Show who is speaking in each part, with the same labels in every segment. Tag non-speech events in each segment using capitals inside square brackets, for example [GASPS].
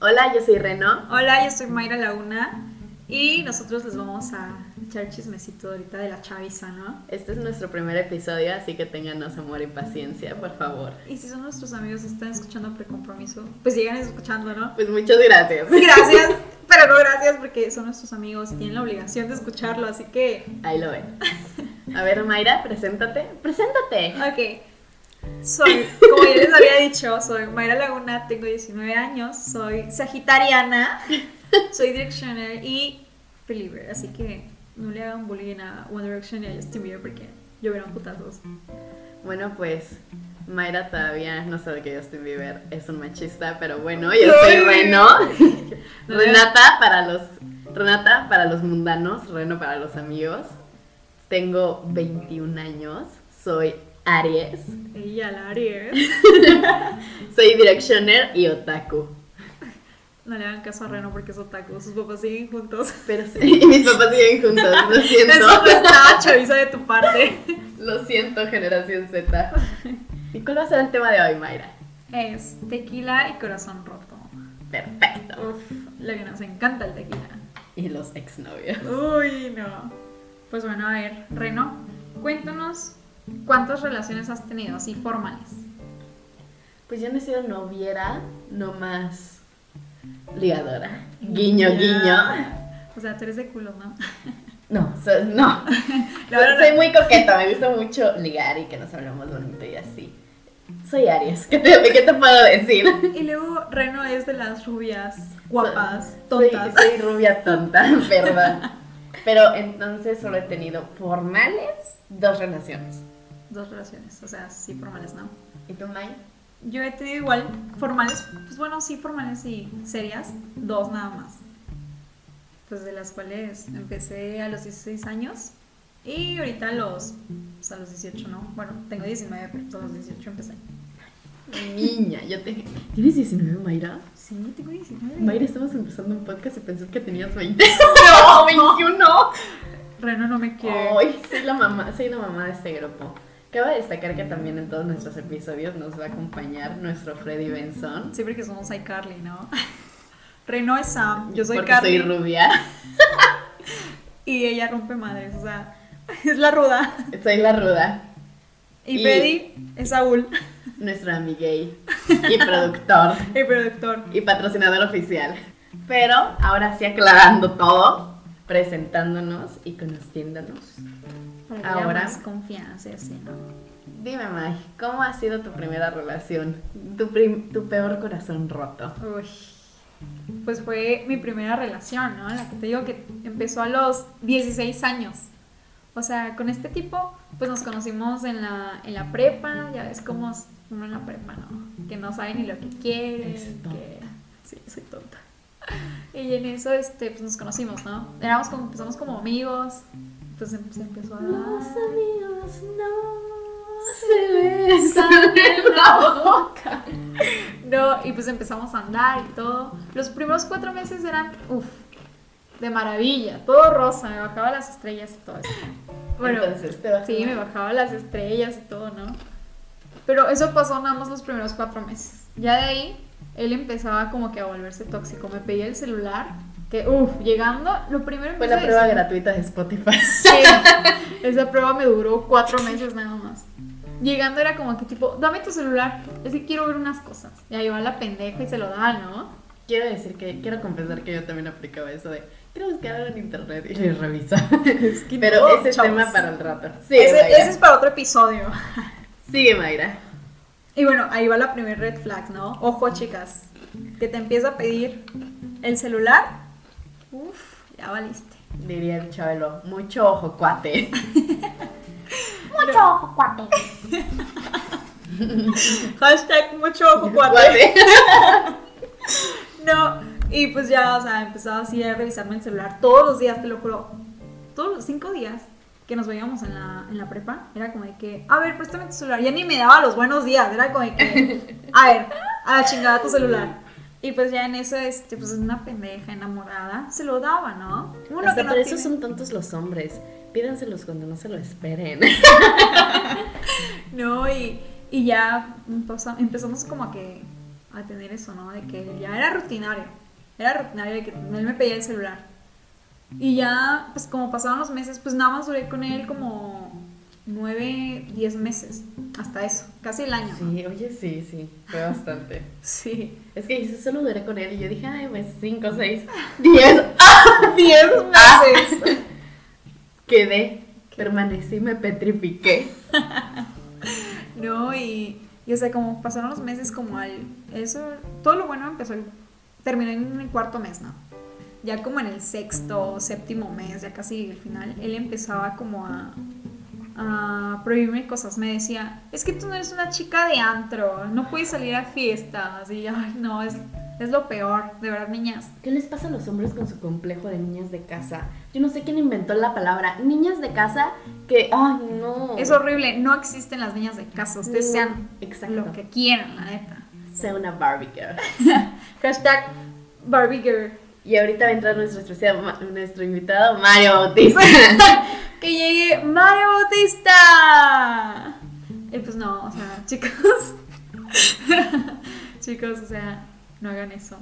Speaker 1: Hola, yo soy Reno.
Speaker 2: Hola, yo soy Mayra Laguna y nosotros les vamos a echar chismecito ahorita de la chaviza, ¿no?
Speaker 1: Este es nuestro primer episodio, así que ténganos amor y paciencia, por favor.
Speaker 2: Y si son nuestros amigos y están escuchando Precompromiso, pues sigan escuchando, ¿no? [LAUGHS]
Speaker 1: Pues muchas gracias.
Speaker 2: Gracias, pero no gracias porque son nuestros amigos y tienen la obligación de escucharlo, así que...
Speaker 1: Ahí lo ven. A ver, Mayra, preséntate. Preséntate.
Speaker 2: Ok. Soy, como ya les había dicho, soy Mayra Laguna, tengo 19 años, soy sagitariana, soy Directioner y Believer, así que no le hagan bullying a One Direction y a Justin Bieber porque lloverán putazos.
Speaker 1: Bueno, pues Mayra todavía no sabe que Justin Bieber es un machista, pero bueno, yo
Speaker 2: Ay.
Speaker 1: soy Reno.
Speaker 2: No,
Speaker 1: Renata para los Renata para los mundanos, Reno para los amigos. Tengo 21 años, soy Aries,
Speaker 2: Ella, la Aries.
Speaker 1: soy directioner y otaku.
Speaker 2: No le hagan caso a Reno porque es otaku, sus papás siguen juntos. [LAUGHS]
Speaker 1: Pero sí, [LAUGHS] y mis papás siguen juntos, [LAUGHS] lo siento.
Speaker 2: Eso
Speaker 1: [LAUGHS]
Speaker 2: no está chaviza de tu parte.
Speaker 1: Lo siento, generación Z. [LAUGHS] ¿Y cuál va a ser el tema de hoy, Mayra?
Speaker 2: Es tequila y corazón roto.
Speaker 1: Perfecto.
Speaker 2: Uf, lo que nos encanta el tequila.
Speaker 1: Y los exnovios.
Speaker 2: Uy, no. Pues bueno, a ver, Reno, cuéntanos cuántas relaciones has tenido, así formales.
Speaker 1: Pues yo no he sido noviera, nomás ligadora. Guiño, guiño.
Speaker 2: O sea, tú eres de culo, [LAUGHS] ¿no?
Speaker 1: No, so- [LAUGHS] no.
Speaker 2: No, no, no.
Speaker 1: Soy muy coqueta, me gusta mucho ligar y que nos hablemos bonito y así. Soy Aries, [LAUGHS] ¿qué te, qué te puedo decir?
Speaker 2: Y luego Reno es de las rubias, guapas,
Speaker 1: Soy,
Speaker 2: tontas.
Speaker 1: soy rubia tonta, [LAUGHS] perdón. Pero entonces solo he tenido formales dos relaciones.
Speaker 2: Dos relaciones, o sea, sí formales, ¿no?
Speaker 1: ¿Y tú, May?
Speaker 2: Yo he tenido igual formales, pues bueno, sí formales y serias, dos nada más. Pues de las cuales empecé a los 16 años y ahorita a los, pues a los 18, ¿no? Bueno, tengo 19, pero a los 18 empecé.
Speaker 1: Niña, yo te... ¿Tienes 19, Mayra?
Speaker 2: Sí, tengo 19.
Speaker 1: Mayra, estamos empezando un podcast y pensé que tenías 20. [LAUGHS] ¡No, 21!
Speaker 2: Reno no me quiere.
Speaker 1: Ay, soy la mamá, soy la mamá de este grupo. Cabe destacar que también en todos nuestros episodios nos va a acompañar nuestro Freddy Benson.
Speaker 2: Siempre que somos iCarly, ¿no? [LAUGHS] Reno es Sam, yo soy
Speaker 1: porque
Speaker 2: Carly.
Speaker 1: soy rubia. [LAUGHS]
Speaker 2: y ella rompe madres, o sea, [LAUGHS] es la ruda.
Speaker 1: Soy la ruda.
Speaker 2: Y,
Speaker 1: Y-
Speaker 2: Freddy es Saúl, [LAUGHS]
Speaker 1: Nuestro amiguey y productor
Speaker 2: el productor.
Speaker 1: y patrocinador oficial. Pero ahora sí aclarando todo, presentándonos y conociéndonos.
Speaker 2: Para que haya
Speaker 1: Ahora-
Speaker 2: más confianza, y así, ¿no?
Speaker 1: Dime, May, ¿cómo ha sido tu primera relación? Tu, prim- tu peor corazón roto.
Speaker 2: Uy, pues fue mi primera relación, ¿no? La que te digo que empezó a los 16 años. O sea, con este tipo, pues nos conocimos en la, en la prepa, ya ves cómo es uno en la prepa, ¿no? Que no sabe ni lo que quiere.
Speaker 1: Es tonta.
Speaker 2: que- Sí, soy tonta. [LAUGHS] Y en eso, este, pues nos conocimos, ¿no? Éramos como, empezamos como amigos, pues em- se empezó a
Speaker 1: Los
Speaker 2: dar.
Speaker 1: amigos no se besan
Speaker 2: en
Speaker 1: en
Speaker 2: la
Speaker 1: la boca.
Speaker 2: No, y pues empezamos a andar y todo. Los primeros cuatro meses eran, uff, de maravilla, todo rosa, me bajaba las estrellas y todo eso. Bueno,
Speaker 1: Entonces te vas
Speaker 2: sí, me bajaba las estrellas y todo, ¿no? Pero eso pasó nada más los primeros cuatro meses. Ya de ahí, él empezaba como que a volverse tóxico. Me pedía el celular, que uff, llegando, lo primero
Speaker 1: Fue
Speaker 2: empecé
Speaker 1: la
Speaker 2: a
Speaker 1: prueba
Speaker 2: decir-
Speaker 1: gratuita de Spotify. [LAUGHS]
Speaker 2: Sí, [LAUGHS] esa prueba me duró cuatro meses nada más. Llegando era como que tipo, dame tu celular, es que quiero ver unas cosas. Y ahí va la pendeja y se lo da, ¿no?
Speaker 1: Quiero decir que, quiero confesar que yo también aplicaba eso de quiero buscar algo en internet y le revisa. Pero
Speaker 2: no,
Speaker 1: ese es
Speaker 2: chavos.
Speaker 1: tema para el rato. Sigue,
Speaker 2: Ese,
Speaker 1: Mayra.
Speaker 2: ese es para otro episodio.
Speaker 1: Sigue, Mayra.
Speaker 2: Y bueno, ahí va la primer red flag, ¿no? Ojo, chicas, que te empieza a pedir el celular. Uf, ya valiste.
Speaker 1: Diría el chabelo, mucho ojo,
Speaker 2: [LAUGHS]
Speaker 1: cuate.
Speaker 2: Mucho ojo, cuate. [LAUGHS] Hashtag mucho ojo, cuate. No, y pues ya, o sea, empezaba así a revisarme el celular todos los días, te lo juro. Todos los cinco días que nos veíamos en la, en la prepa, era como de que, a ver, préstame tu celular. Ya ni me daba los buenos días, era como de que, a ver, a la chingada tu celular. Y pues ya en eso, este, pues una pendeja enamorada, se lo daba, ¿no? Uno
Speaker 1: Hasta
Speaker 2: que no
Speaker 1: por eso
Speaker 2: tiene-
Speaker 1: son tontos los hombres. Pídanselos cuando no se lo esperen.
Speaker 2: No, y, y ya empasa- empezamos como a que a a tener eso, ¿no? De que ya era rutinario. Era rutinario de que él me pedía el celular. Y ya, pues como pasaban los meses, pues nada más duré con él como nueve, diez meses. Hasta eso, casi el año. ¿no?
Speaker 3: [LAUGHS] Sí, oye, sí, sí, fue bastante.
Speaker 1: [LAUGHS]
Speaker 2: Sí.
Speaker 3: Es que dices, solo duré con él y yo dije, ay, pues 5, [LAUGHS] 6, 10, ¡ah! 10 [LAUGHS] meses. Quedé, permanecí, me petrifiqué.
Speaker 2: No, y, y o sea, como pasaron los meses como al... Eso, todo lo bueno empezó, el- terminó en el cuarto mes, ¿no? Ya como en el sexto, séptimo mes, ya casi el final, él empezaba como a, a prohibirme cosas. Me decía, es que tú no eres una chica de antro, no puedes salir a fiestas. Y yo, ay, no, es, es lo peor, de verdad, niñas.
Speaker 3: ¿Qué les pasa a los hombres con su complejo de niñas de casa? Yo no sé quién inventó la palabra niñas de casa que, ay, no.
Speaker 2: Es horrible, no existen las niñas de casa, ustedes sean
Speaker 3: Exacto.
Speaker 2: lo que quieran, la neta.
Speaker 3: Sea una Barbie girl.
Speaker 2: Hashtag Barbie Girl.
Speaker 3: Y ahorita va a entrar nuestro, especial- ma- nuestro invitado Mario Bautista.
Speaker 2: [LAUGHS] que llegue Mario Bautista. Y pues no, o sea, [LAUGHS] chicos. chicos, o sea, no hagan eso.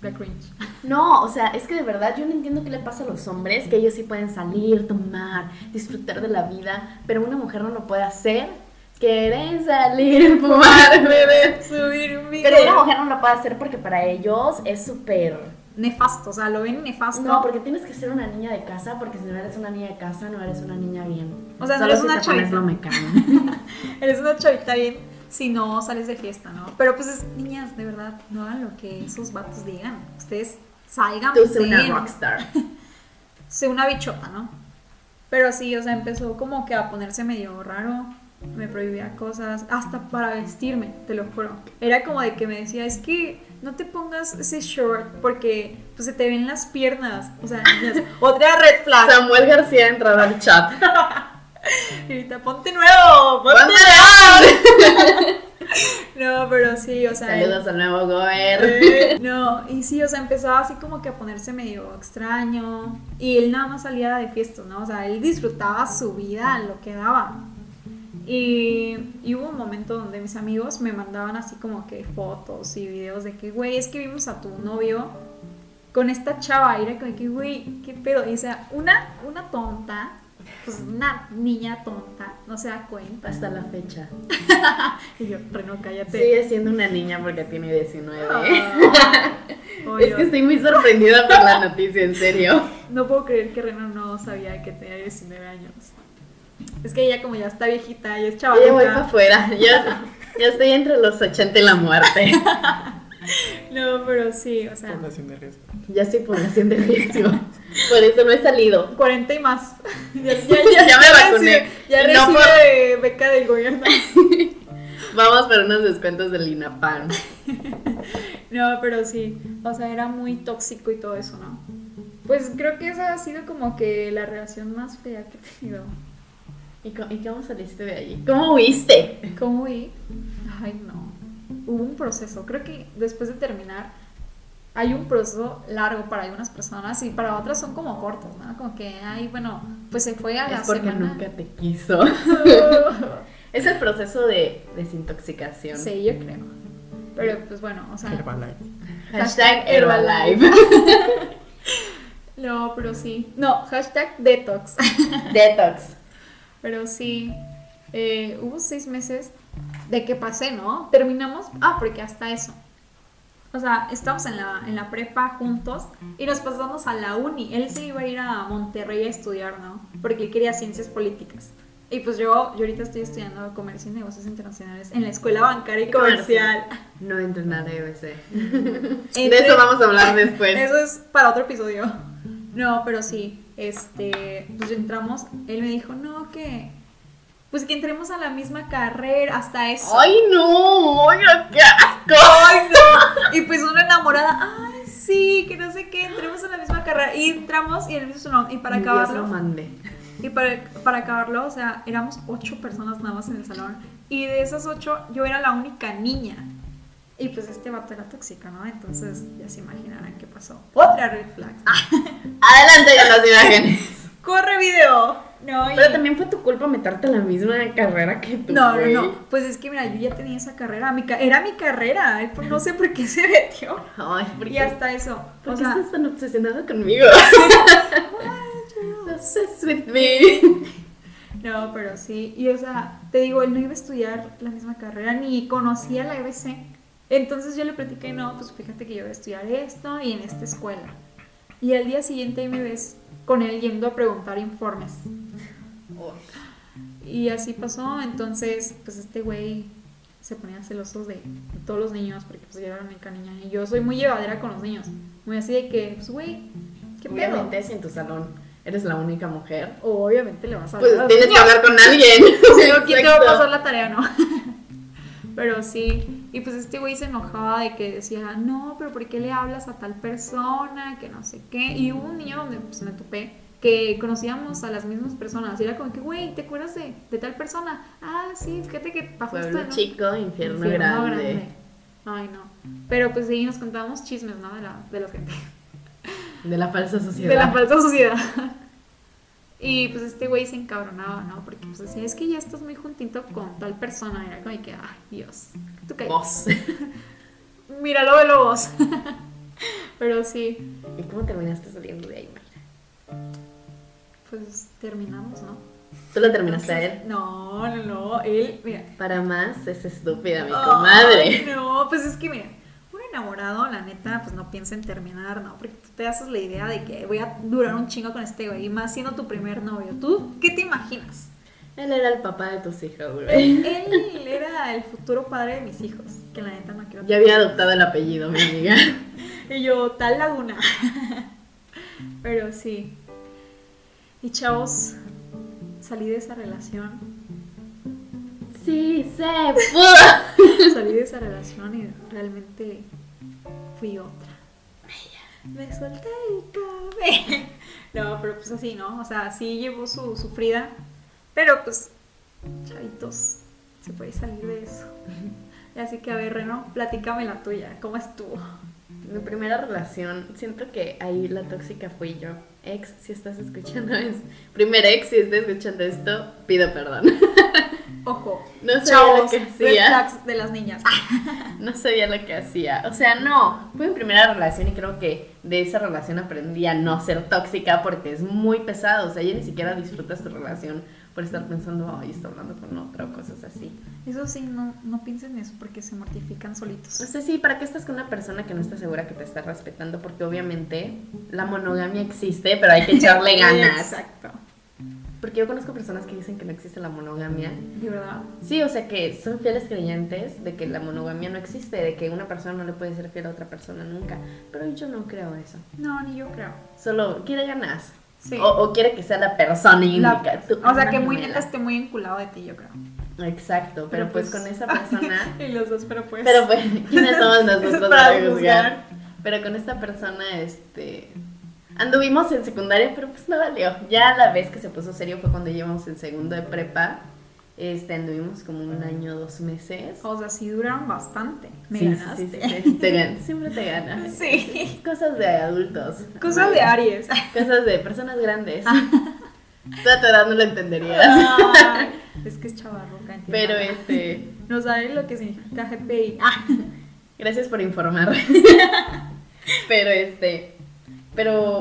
Speaker 2: La cringe.
Speaker 3: [LAUGHS] [LAUGHS] No, o sea, es que de verdad yo no entiendo qué le pasa a los hombres, que ellos sí pueden salir, tomar, disfrutar de la vida, pero una mujer no lo puede hacer. Quieren salir, [LAUGHS] fumar, beber.
Speaker 2: Subir un video.
Speaker 3: Pero una mujer no lo puede hacer porque para ellos es súper...
Speaker 2: Nefasto, o sea, lo ven nefasto.
Speaker 3: No, porque tienes que ser una niña de casa, porque si no eres una niña de casa, no eres una niña bien.
Speaker 2: O sea, no
Speaker 3: Solo
Speaker 2: eres
Speaker 3: si
Speaker 2: una
Speaker 3: te pones
Speaker 2: chavita.
Speaker 3: lo mecano.
Speaker 2: Eres una chavita bien si no sales de fiesta, ¿no? Pero pues, es- niñas, de verdad, no hagan lo que esos vatos digan. Ustedes salgan.
Speaker 3: [LAUGHS] Tú sé una
Speaker 2: den.
Speaker 3: rockstar.
Speaker 2: sé una bichota, ¿no? Pero sí, o sea, empezó como que a ponerse medio raro, me prohibía cosas, hasta para vestirme, te lo juro. Era como de que me decía, es que no te pongas ese short porque pues, se te ven las piernas. O sea, [LAUGHS] ya sé, otra red flag.
Speaker 3: Samuel García entraba al chat.
Speaker 2: Y ahorita, ponte nuevo, ponte
Speaker 3: ¡Ponte
Speaker 2: nuevo. No, pero sí, o sea.
Speaker 3: Saludos al nuevo Gober.
Speaker 2: [LAUGHS] Eh, No, y sí, o sea, empezaba así como que a ponerse medio extraño. Y él nada más salía de fiestas, ¿no? O sea, él disfrutaba su vida, lo que daba. Y, y hubo un momento donde mis amigos me mandaban así como que fotos y videos de que, güey, es que vimos a tu novio con esta chava. Y era como que, güey, qué pedo. Y o sea, una, una tonta, pues una niña tonta, no se da cuenta.
Speaker 3: Hasta la fecha.
Speaker 2: Y yo, Reno, cállate.
Speaker 3: Sigue siendo una niña porque
Speaker 2: [LAUGHS]
Speaker 3: tiene 19.
Speaker 2: Ah,
Speaker 3: es
Speaker 2: obvio.
Speaker 3: que estoy muy sorprendida por la noticia, en serio.
Speaker 2: No puedo creer que Reno no sabía que tenía 19 años. Es que ella como ya está viejita, ya es
Speaker 3: Yo ya voy para
Speaker 2: chavalita.
Speaker 3: afuera. Ya, ya estoy entre los 80 y
Speaker 2: [LAUGHS]
Speaker 3: la muerte.
Speaker 2: No, pero sí, o
Speaker 3: Ah.
Speaker 2: sea,
Speaker 4: Población de riesgo.
Speaker 3: Ya soy población de riesgo. Por eso no he salido.
Speaker 2: 40 y más. [LAUGHS]
Speaker 3: [LAUGHS]
Speaker 2: Ya,
Speaker 3: Ya me
Speaker 2: recibe-
Speaker 3: vacuné.
Speaker 2: Ya
Speaker 3: No
Speaker 2: recibe
Speaker 3: por-
Speaker 2: eh, beca del gobierno. [LAUGHS]
Speaker 3: Vamos para unos descuentos del INAPAM.
Speaker 2: No, pero sí, o sea, era muy tóxico y todo eso, ¿no? Pues creo que esa ha sido como que la relación más fea que he tenido.
Speaker 3: ¿Y cómo, y cómo saliste de allí? ¿Cómo huiste?
Speaker 2: ¿Cómo vi? Ay, no. Hubo un proceso. Creo que después de terminar, hay un proceso largo para algunas personas y para otras son como cortos, ¿no? Como que, ay, bueno, pues se fue a la
Speaker 3: Es porque
Speaker 2: semana.
Speaker 3: nunca te quiso. Es el proceso de
Speaker 2: [LAUGHS]
Speaker 3: desintoxicación.
Speaker 2: sí, yo creo. Pero pues bueno, o
Speaker 3: Ah.
Speaker 2: sea.
Speaker 4: Herbalife.
Speaker 3: Hashtag Herbalife.
Speaker 2: [LAUGHS] No, pero sí. No, hashtag detox.
Speaker 3: Detox.
Speaker 2: Pero sí, eh, hubo seis meses de que pasé, ¿no? Terminamos, ah, porque hasta eso. O sea, estamos en la, en la prepa juntos y nos pasamos a la uni. Él se iba a ir a Monterrey a estudiar, ¿no? Porque él quería ciencias políticas. Y pues yo, yo ahorita estoy estudiando comercio y negocios internacionales en la escuela bancaria y comercial.
Speaker 3: No entrenar EBC. De
Speaker 2: Entre-
Speaker 3: eso vamos a hablar después.
Speaker 2: Eso es para otro episodio. No, pero sí, este, pues entramos, él me dijo, no, que, pues que entremos a la misma carrera, hasta eso.
Speaker 3: ¡Ay, no! Oiga, qué asco!
Speaker 2: ¡Ay, no! Y pues una enamorada, ay, sí, que no sé qué, entremos a la misma carrera. Y entramos y él me dice, no, y para
Speaker 3: Dios lo
Speaker 2: acabarlo,
Speaker 3: mandé.
Speaker 2: y para, para acabarlo, o sea, éramos ocho personas nada más en el salón. Y de esas ocho, yo era la única niña. Y pues este vato era tóxico, ¿no? Entonces ya se imaginarán
Speaker 3: Ah.
Speaker 2: qué pasó. Otra red flag. [LAUGHS]
Speaker 3: Adelante con las imágenes.
Speaker 2: ¡Corre video! No, y-
Speaker 3: Pero también fue tu culpa meterte en la misma carrera que tú.
Speaker 2: No, no,
Speaker 3: güey.
Speaker 2: no. Pues es que mira, yo ya tenía esa carrera. mi ca- era mi carrera. él, pues, No sé por qué [LAUGHS] se metió.
Speaker 3: Ay, ¿por
Speaker 2: Y
Speaker 3: qué,
Speaker 2: hasta eso.
Speaker 3: por
Speaker 2: O
Speaker 3: qué
Speaker 2: sea,
Speaker 3: estás tan obsesionado [LAUGHS] conmigo? Obsessed with me.
Speaker 2: no, pero sí. Y o sea, te digo, él no iba a estudiar la misma carrera ni conocía la EBC. Entonces yo le platiqué, no, pues fíjate que yo voy a estudiar esto y en esta escuela. Y al día siguiente ahí me ves con él yendo a preguntar informes.
Speaker 3: [LAUGHS]
Speaker 2: Y así pasó, entonces, pues este güey se ponía celoso de, de todos los niños, porque pues yo era la única niña. Y yo soy muy llevadera con los niños. Muy así de que, pues güey, ¿qué pedo?
Speaker 3: Obviamente, si en tu salón eres la única mujer,
Speaker 2: Obviamente le vas a
Speaker 3: pues
Speaker 2: hablar a los
Speaker 3: tienes que
Speaker 2: niños.
Speaker 3: hablar con [LAUGHS] alguien.
Speaker 2: Sí, aquí te va a
Speaker 3: Exacto.
Speaker 2: pasar la tarea, ¿no? [LAUGHS] pero sí. Y pues este güey se enojaba de que decía, no, pero ¿por qué le hablas a tal persona? Que no sé qué. Y hubo un niño donde pues, me topé que conocíamos a las mismas personas. Y era como que, güey, ¿te acuerdas de, de tal persona? Ah, sí, fíjate que pasó esto.
Speaker 3: Pueblo
Speaker 2: ¿no?
Speaker 3: chico, infierno,
Speaker 2: Infierno
Speaker 3: grande.
Speaker 2: Ay, no. Pero pues ahí nos contábamos chismes, ¿no? De la, de la gente.
Speaker 3: De la falsa sociedad.
Speaker 2: De la falsa sociedad. [LAUGHS] Y pues este güey se encabronaba, ¿no? Porque pues decía, es que ya estás muy juntito con tal persona. Era como de que, ay, Dios. Tú cállate.
Speaker 3: Vos.
Speaker 2: Míralo, velo vos. [LAUGHS] Pero sí,
Speaker 3: ¿Y cómo terminaste saliendo de ahí, Mayra?
Speaker 2: pues terminamos, ¿no?
Speaker 3: Tú lo terminaste a él.
Speaker 2: No, no, no. Él, mira.
Speaker 3: Para más, es estúpida, mi
Speaker 2: Ay,
Speaker 3: comadre.
Speaker 2: No, pues es que mira, un enamorado, la neta, pues no piensa en terminar, ¿no? Porque tú te haces la idea de que voy a durar un chingo con este güey, y más siendo tu primer novio. ¿Tú qué te imaginas?
Speaker 3: Él era el papá de tus hijos, güey.
Speaker 2: Él era el futuro padre de mis hijos, que la neta no quiero.
Speaker 3: Ya había adoptado el apellido, mi amiga.
Speaker 2: Y yo, tal laguna. [LAUGHS] Pero sí. Y chavos, salí de esa relación.
Speaker 3: Sí, se pudo.
Speaker 2: [LAUGHS] Salí de esa relación y realmente fui otra. Me solté el cabello. [LAUGHS] No, pero pues así, ¿no? O sea, sí llevó su sufrida. Pero pues, chavitos, se puede salir de
Speaker 3: [LAUGHS]
Speaker 2: eso. Así que a ver, Reno, platícame la tuya. ¿Cómo estuvo?
Speaker 3: Mi primera relación, siento que ahí la tóxica fui yo. Ex, si estás escuchando [LAUGHS] esto. Primer ex, si estás escuchando esto, pido perdón. [LAUGHS]
Speaker 2: Ojo.
Speaker 3: No sabía lo
Speaker 2: Chavos,
Speaker 3: que
Speaker 2: red
Speaker 3: hacía.
Speaker 2: flags de las niñas.
Speaker 3: No sabía lo que hacía. O sea, no. Fue mi primera relación y creo que de esa relación aprendí a no ser tóxica porque es muy pesado. O sea, ya ni siquiera disfrutas tu relación por estar pensando, ay, está hablando con otra o cosas así.
Speaker 2: Eso sí, no, no piensen eso porque se mortifican
Speaker 3: O
Speaker 2: solitos.
Speaker 3: sea, sí, ¿para qué estás con una persona que no está segura que te está respetando? Porque obviamente la monogamia existe, pero hay
Speaker 2: [LAUGHS]
Speaker 3: que echarle ganas.
Speaker 2: Exacto.
Speaker 3: Porque yo conozco personas que dicen que no existe la monogamia
Speaker 2: De verdad.
Speaker 3: Sí, o sea que son fieles creyentes de que la monogamia no existe, de que una persona no le puede ser fiel a otra persona nunca. Pero yo no creo eso.
Speaker 2: No, ni yo creo.
Speaker 3: Solo quiere ganas.
Speaker 2: Sí.
Speaker 3: O, o quiere que sea la persona
Speaker 2: La-
Speaker 3: indica.
Speaker 2: o sea, que muy neta esté muy enculado de ti, yo creo.
Speaker 3: Exacto, pero,
Speaker 2: Pero
Speaker 3: pues,
Speaker 2: pues-
Speaker 3: con esa persona.
Speaker 2: [LAUGHS] y los dos, pero pues.
Speaker 3: pero pues, ¿quiénes
Speaker 2: [LAUGHS]
Speaker 3: somos nosotros
Speaker 2: Para
Speaker 3: para juzgar?
Speaker 2: juzgar.
Speaker 3: Pero con esta persona, este. Anduvimos en secundaria, pero pues no valió. Ya la vez que se puso serio fue cuando íbamos en segundo de prepa. Este, anduvimos como un año, dos meses.
Speaker 2: O sea, sí duraron bastante. Oh, Me
Speaker 3: Sí, sí,
Speaker 2: ganaste.
Speaker 3: sí, sí, sí, te gan- siempre te gana.
Speaker 2: Sí.
Speaker 3: Cosas de adultos.
Speaker 2: Cosa de
Speaker 3: [LAUGHS]
Speaker 2: Ah. Aries.
Speaker 3: Cosas de personas grandes. Tú a tu edad no lo entenderías.
Speaker 2: Ay, es que es chavarroca, entiendo.
Speaker 3: Pero este,
Speaker 2: No saben lo que significa GPI. Ah,
Speaker 3: gracias por informar. Pero este, pero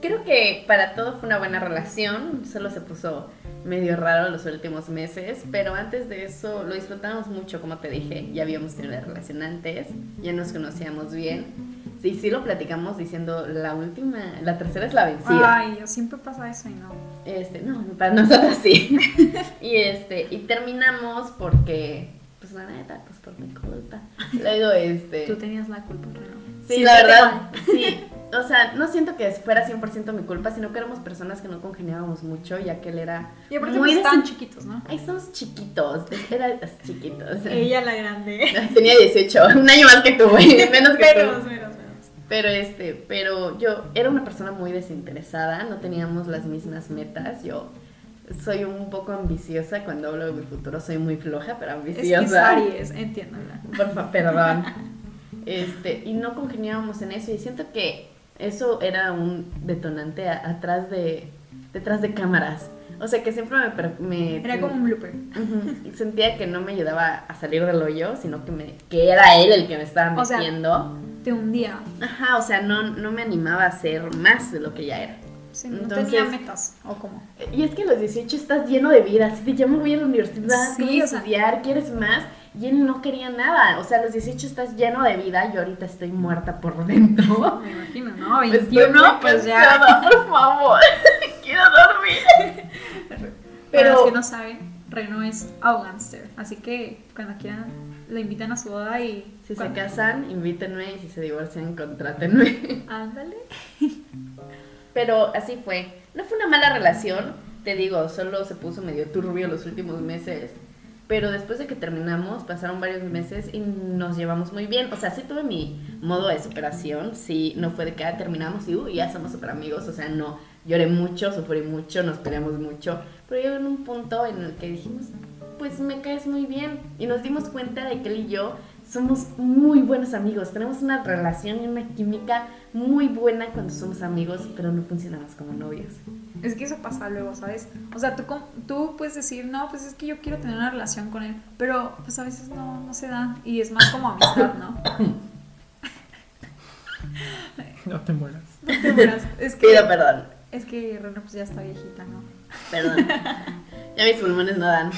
Speaker 3: creo que para todo fue una buena relación. Solo se puso medio raro los últimos meses. Pero antes de eso lo disfrutábamos mucho, como te dije. Ya habíamos tenido una relación antes, ya nos conocíamos bien. Sí, sí lo platicamos diciendo la última, la tercera es la vencida.
Speaker 2: Ay, yo siempre pasa eso y no.
Speaker 3: Este, no, para nosotros sí. [LAUGHS] y este, y terminamos porque, pues la neta, pues por mi culpa. Luego, este.
Speaker 2: Tú tenías la culpa, Reno.
Speaker 3: Sí, la verdad, sí. O sea, no siento que fuera 100% mi culpa, sino que éramos personas que no congeniábamos mucho, ya que él era.
Speaker 2: Y aparte
Speaker 3: muy
Speaker 2: pues, estaban
Speaker 3: desin-
Speaker 2: chiquitos, ¿no?
Speaker 3: Ay, somos chiquitos. Era chiquitos.
Speaker 2: [LAUGHS] Ella la grande.
Speaker 3: Tenía 18, un año más que tú, güey, Menos que tú.
Speaker 2: menos, menos, menos.
Speaker 3: Pero este, pero yo era una persona muy desinteresada, no teníamos las mismas metas. Yo soy un poco ambiciosa cuando hablo de mi futuro, soy muy floja, pero
Speaker 2: Es que es
Speaker 3: ambiciosa.
Speaker 2: Aries, entiéndola.
Speaker 3: Por fa- perdón. Este, y no congeniábamos en eso y siento que eso era un detonante a- atrás de detrás de cámaras. O sea, que siempre me... per- me-
Speaker 2: Era como un blooper.
Speaker 3: Ujú. Sentía que no me ayudaba a salir del hoyo, sino que, me, que era él el que me estaba
Speaker 2: O sea,
Speaker 3: metiendo.
Speaker 2: Te hundía.
Speaker 3: Ajá, o sea, no, no me animaba a hacer más de lo que ya era.
Speaker 2: Sí, no
Speaker 3: Entonces-
Speaker 2: tenía metas. ¿O cómo?
Speaker 3: Y es que a los 18 estás lleno de vida, así de ya me voy a la universidad,
Speaker 2: Sí,
Speaker 3: voy a
Speaker 2: o sea-
Speaker 3: estudiar, quieres más. Y él no quería nada. O sea, a los 18 estás lleno de vida, yo ahorita estoy muerta
Speaker 2: [LAUGHS]
Speaker 3: por dentro. [LAUGHS]
Speaker 2: Me imagino, ¿no?
Speaker 3: Estoy
Speaker 2: 21,
Speaker 3: muy
Speaker 2: pues ya.
Speaker 3: cansada, Por favor, [LAUGHS] quiero dormir.
Speaker 2: Pero
Speaker 3: Pero-
Speaker 2: los que no saben, Reno es Auganster. Así que cuando quieran, la invitan a su boda y.
Speaker 3: Si se
Speaker 2: cuando-
Speaker 3: casan, invítenme y si se divorcian, contrátenme.
Speaker 2: Ándale.
Speaker 3: Pero así fue. No fue una mala relación, te digo, solo se puso medio turbio los últimos meses. Pero después de que terminamos, pasaron varios meses y nos llevamos muy bien. O sea, sí tuve mi modo de superación. Sí, no fue de que ah, terminamos y "Uy, ya somos super amigos. O sea, no. Lloré mucho, sufrí mucho, nos peleamos mucho. Pero llegó en un punto en el que dijimos, pues me caes muy bien. Y nos dimos cuenta de que él y yo somos muy buenos amigos. Tenemos una relación y una química muy buena cuando somos amigos, pero no funcionamos como novios.
Speaker 2: Es que eso pasa luego, ¿sabes? O sea, tú, com- tú puedes decir, no, pues es que yo quiero tener una relación con él, pero pues a veces no, no se da y es más como amistad, ¿no?
Speaker 4: No te mueras.
Speaker 2: No [LAUGHS] te mueras. Es
Speaker 3: Pido
Speaker 2: que,
Speaker 3: perdón.
Speaker 2: es que Reno pues ya está viejita, ¿no?
Speaker 3: Perdón. Ya mis pulmones no dan.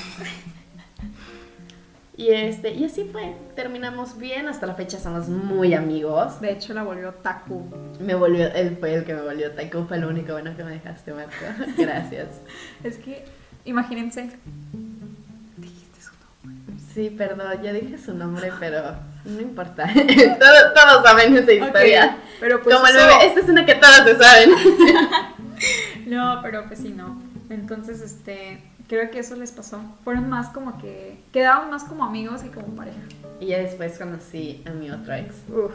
Speaker 3: Y este, y así fue. Terminamos bien, hasta la fecha somos muy amigos.
Speaker 2: De hecho la volvió Taku.
Speaker 3: Me volvió, él fue el que me volvió taco, fue lo único bueno que me dejaste, [LAUGHS] Marco. Gracias.
Speaker 2: Es que, imagínense, dijiste su nombre.
Speaker 3: Sí, perdón, ya dije su nombre, pero no importa. [LAUGHS] todos, todos saben esa historia.
Speaker 2: Ok, pero pues
Speaker 3: Como el
Speaker 2: eso-
Speaker 3: bebé, esta es una que todos se saben.
Speaker 2: No, pero pues sí, no. Entonces, este, creo que eso les pasó. Fueron más como que, quedaron más como amigos que como pareja.
Speaker 3: Y ya después conocí a mi otro ex.
Speaker 2: Uf.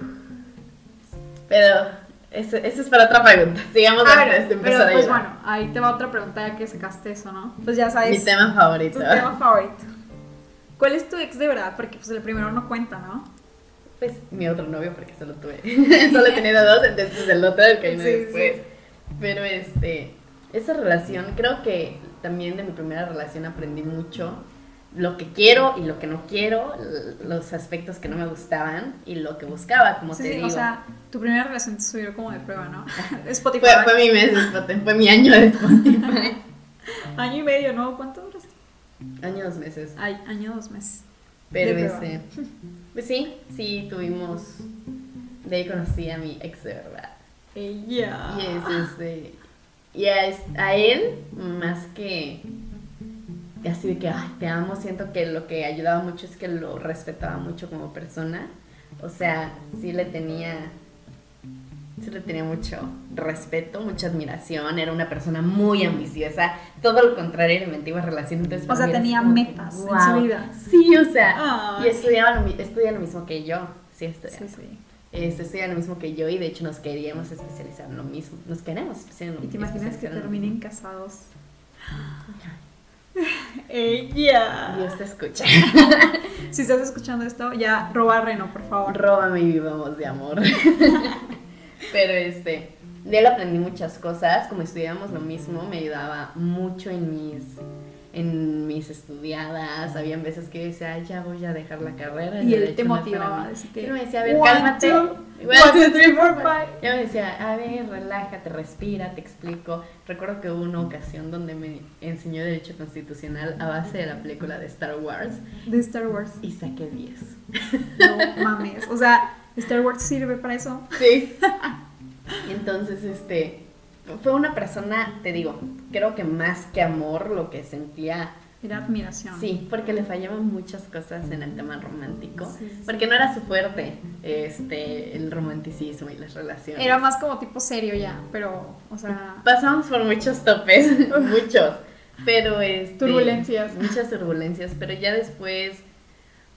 Speaker 3: Pero eso, eso es para otra pregunta. Sigamos
Speaker 2: A
Speaker 3: antes
Speaker 2: ver, pero
Speaker 3: de este, empezar a
Speaker 2: pues
Speaker 3: llorar.
Speaker 2: bueno, ahí te va otra pregunta ya que sacaste eso, ¿no? Pues ya sabes,
Speaker 3: Mi tema favorito.
Speaker 2: tu tema favorito. ¿Cuál es tu ex de verdad? Porque pues el primero no cuenta, ¿no?
Speaker 3: Pues mi otro novio, porque solo tuve. [LAUGHS] solo he tenido dos, entonces pues, el otro el que vino
Speaker 2: Sí, sí.
Speaker 3: después. Pero este, esa relación, creo que también de mi primera relación aprendí mucho lo que quiero y lo que no quiero, l- los aspectos que no me gustaban y lo que buscaba, como
Speaker 2: sí,
Speaker 3: te
Speaker 2: sí,
Speaker 3: digo.
Speaker 2: o sea, tu primera relación te subió como de prueba, ¿no? Spotify.
Speaker 3: [LAUGHS] fue, fue mi mes de Spotify, fue mi año de
Speaker 2: [LAUGHS]
Speaker 3: Spotify.
Speaker 2: Año y medio, ¿no? ¿Cuánto duraste?
Speaker 3: año, dos meses.
Speaker 2: Ay, año, dos meses.
Speaker 3: Pero
Speaker 2: De prueba.
Speaker 3: este, pues sí, sí, tuvimos, de ahí conocí a mi ex de verdad.
Speaker 2: Ella.
Speaker 3: Y es
Speaker 2: Ah.
Speaker 3: este. Y a, es- a él, más que. Así de que, ay, te amo, siento que lo que ayudaba mucho es que lo respetaba mucho como persona. O sea, sí le tenía. Sí le tenía mucho respeto, mucha admiración. Era una persona muy ambiciosa. Todo lo contrario de mi antigua relación. Entonces,
Speaker 2: O sea,
Speaker 3: para mí
Speaker 2: tenía
Speaker 3: era como que,
Speaker 2: metas en
Speaker 3: guau.
Speaker 2: su vida.
Speaker 3: Sí, o sea.
Speaker 2: Ay.
Speaker 3: Y estudiaba lo, mi- estudia lo mismo que yo. Sí, estudia
Speaker 2: Sí, sí.
Speaker 3: este, estudia lo mismo que yo y de hecho nos queríamos especializar en lo mismo. Nos queremos especializar en lo
Speaker 2: ¿Y te imaginas que
Speaker 3: especializar en lo
Speaker 2: terminen
Speaker 3: [GASPS]
Speaker 2: casados? Ella.
Speaker 3: mismo. Dios te escucha. [LAUGHS]
Speaker 2: Si estás escuchando esto, ya roba a Reno, por favor.
Speaker 3: Róbame y vivamos de amor. [LAUGHS] Pero este, de él aprendí muchas cosas. Como estudiábamos lo mismo, me ayudaba mucho en mis en mis estudiadas. Habían veces que yo decía, "Ay, ya voy a dejar la carrera.
Speaker 2: Y
Speaker 3: ya
Speaker 2: él
Speaker 3: de
Speaker 2: te
Speaker 3: hecho no es para
Speaker 2: motivaba,
Speaker 3: mí".
Speaker 2: así que,
Speaker 3: Él me decía, a ver,
Speaker 2: "One,
Speaker 3: cálmate.
Speaker 2: two,
Speaker 3: One,
Speaker 2: one,
Speaker 3: two,
Speaker 2: two,
Speaker 3: three,
Speaker 2: three,
Speaker 3: four,
Speaker 2: four,
Speaker 3: five.
Speaker 2: five.
Speaker 3: Yo me decía, a ver, relájate, respira, te explico. Recuerdo que hubo una ocasión donde me enseñó Derecho Constitucional a base de la película de Star Wars
Speaker 2: De Star Wars.
Speaker 3: y saqué 10.
Speaker 2: No mames. O sea, Star Wars sirve para eso.
Speaker 3: Sí. [LAUGHS] Entonces, este, fue una persona, te digo, creo que más que amor, lo que sentía
Speaker 2: Era admiración.
Speaker 3: Sí, porque le fallaban muchas cosas en el tema romántico.
Speaker 2: Sí, sí, sí.
Speaker 3: Porque no era su fuerte este, el romanticismo y las relaciones.
Speaker 2: Era más como tipo serio ya, pero, o sea,
Speaker 3: Pasamos por muchos topes, [LAUGHS] muchos. Pero este,
Speaker 2: Turbulencias.
Speaker 3: Muchas turbulencias, pero ya después,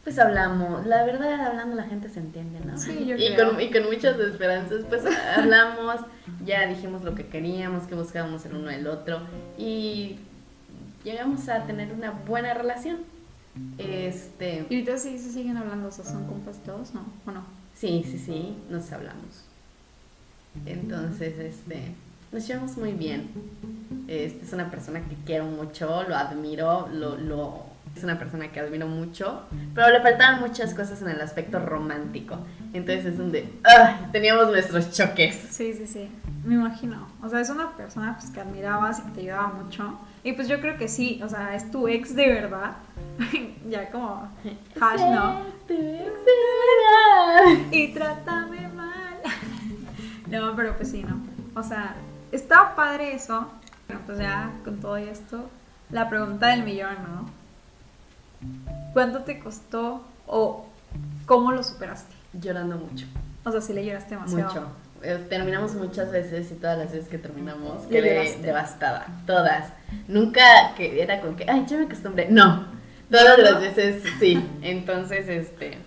Speaker 3: pues hablamos. La verdad, hablando la gente se entiende, ¿no?
Speaker 2: Sí, yo
Speaker 3: y,
Speaker 2: creo.
Speaker 3: con, y con muchas esperanzas, pues hablamos, ya dijimos lo que queríamos, que buscábamos el uno el otro. Y llegamos a tener una buena relación. Este.
Speaker 2: y ahorita sí se siguen hablando, o sea, son compas todos, ¿no? ¿O no?
Speaker 3: Sí, sí, sí, nos hablamos. Entonces, este, Nos llevamos muy bien. Este, es una persona que quiero mucho, lo admiro, lo, lo- es una persona que admiro mucho, pero le faltaban muchas cosas en el aspecto romántico. Entonces es donde ¡ay! teníamos nuestros choques.
Speaker 2: Sí, sí, sí, me imagino. O sea, es una persona pues, que admirabas y que te ayudaba mucho. Y pues yo creo que sí, o sea, es tu ex de verdad. [LAUGHS] ya como hash, ¿no?
Speaker 3: Ser tu excelerada.
Speaker 2: Y trátame mal. [LAUGHS] no, pero pues sí, no. O sea, está padre eso. Bueno, pues ya con todo esto, la pregunta del millón, ¿no? ¿Cuánto te costó o cómo lo superaste?
Speaker 3: Llorando mucho,
Speaker 2: O sea, si le lloraste demasiado.
Speaker 3: mucho. Eh, Terminamos muchas veces y todas las veces que terminamos
Speaker 2: Le
Speaker 3: quedé
Speaker 2: lloraste.
Speaker 3: devastada, todas. Nunca que era con que, ay, ya me acostumbré. No, todas
Speaker 2: ¿No?
Speaker 3: las veces sí. Entonces, este,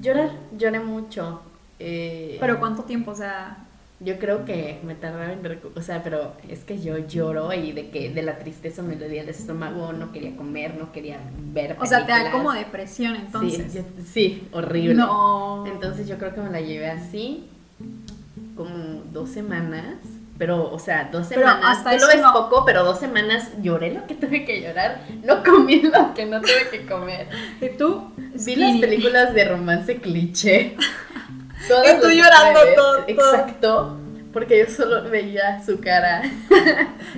Speaker 3: llorar, lloré mucho. Eh,
Speaker 2: Pero ¿cuánto tiempo? O sea,
Speaker 3: Yo creo que me tardaba en recu- o sea, pero es que yo lloro y de que de la tristeza me dolía el estómago, no quería comer, no quería ver.
Speaker 2: o sea te da
Speaker 3: películas.
Speaker 2: como depresión entonces.
Speaker 3: Sí, yo- sí, horrible.
Speaker 2: No.
Speaker 3: Entonces yo creo que me la llevé así como dos semanas, pero o sea, dos
Speaker 2: Pero
Speaker 3: semanas,
Speaker 2: hasta
Speaker 3: tú
Speaker 2: eso
Speaker 3: lo ves
Speaker 2: no.
Speaker 3: poco, pero dos semanas lloré lo que tuve que llorar, no comí lo que no tuve que comer.
Speaker 2: ¿Y tú?
Speaker 3: Vi las
Speaker 2: Skinny.
Speaker 3: películas de romance
Speaker 2: [LAUGHS]
Speaker 3: cliché. Todas
Speaker 2: Y tú
Speaker 3: las
Speaker 2: llorando
Speaker 3: mujeres,
Speaker 2: todo, todo.
Speaker 3: Exacto. Porque yo solo veía su cara.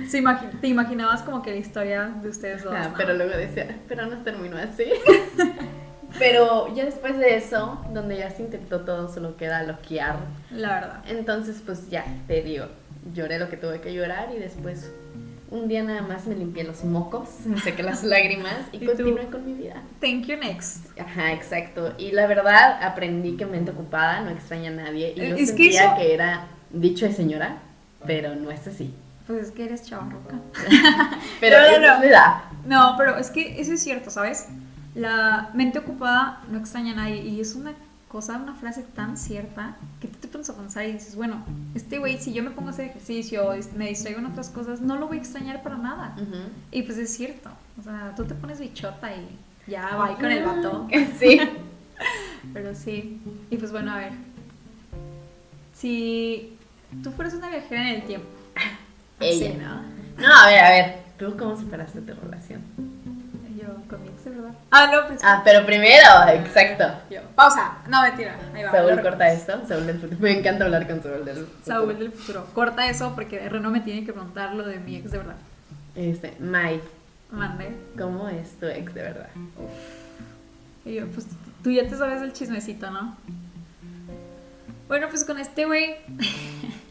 Speaker 2: Se imagi- ¿Te imaginabas como que la historia de ustedes dos?
Speaker 3: Ah,
Speaker 2: ¿no?
Speaker 3: pero luego decía, pero no terminó así. [LAUGHS] pero ya después de eso, donde ya se intentó todo, solo queda loquear.
Speaker 2: La verdad.
Speaker 3: Entonces, pues ya, te digo, lloré lo que tuve que llorar y después un día nada más me limpié los mocos, [LAUGHS] me saqué las lágrimas y,
Speaker 2: ¿Y tú?
Speaker 3: continué con mi vida.
Speaker 2: Thank you next.
Speaker 3: Ajá, exacto. Y la verdad, aprendí que mente ocupada no extraña a nadie. Y yo
Speaker 2: Eh, Es que
Speaker 3: sentía
Speaker 2: eso-
Speaker 3: que, era dicho de señora, pero no es así.
Speaker 2: Pues es que eres chavarroca.
Speaker 3: Pero
Speaker 2: No, no,
Speaker 3: esa
Speaker 2: no.
Speaker 3: es la edad.
Speaker 2: No, pero es que eso es cierto, ¿sabes? La mente ocupada no extraña a nadie y es una cosa, una frase tan cierta que tú te pones a pensar y dices, bueno, este güey, si yo me pongo a hacer ejercicio o me distraigo en otras cosas, no lo voy a extrañar para nada. [LAUGHS]
Speaker 3: Ujú.
Speaker 2: Y pues es cierto, o sea, tú te pones bichota y ya va ahí con el vato.
Speaker 3: Sí.
Speaker 2: Pero sí, y pues bueno, a ver. Si tú fueras una viajera en el tiempo,
Speaker 3: [LAUGHS] Ella.
Speaker 2: Sí, ¿no?
Speaker 3: No, a ver, a ver. ¿Tú cómo superaste tu relación?
Speaker 2: Yo con mi ex, ¿verdad? Ah, no, pues.
Speaker 3: Ah, pero primero, exacto.
Speaker 2: Yo. Pausa. No, mentira. Ahí va.
Speaker 3: Saúl
Speaker 2: lo
Speaker 3: corta
Speaker 2: recuerdo.
Speaker 3: esto. Saúl del futuro. Me encanta hablar con Saúl del futuro.
Speaker 2: Saúl del futuro. Corta eso porque Reno me tiene que preguntar lo de mi ex de verdad.
Speaker 3: Este, Mike,
Speaker 2: Mande.
Speaker 3: ¿cómo es tu ex de verdad?
Speaker 2: Y yo, pues tú ya te sabes el chismecito, ¿no? Bueno, pues con este güey. [LAUGHS]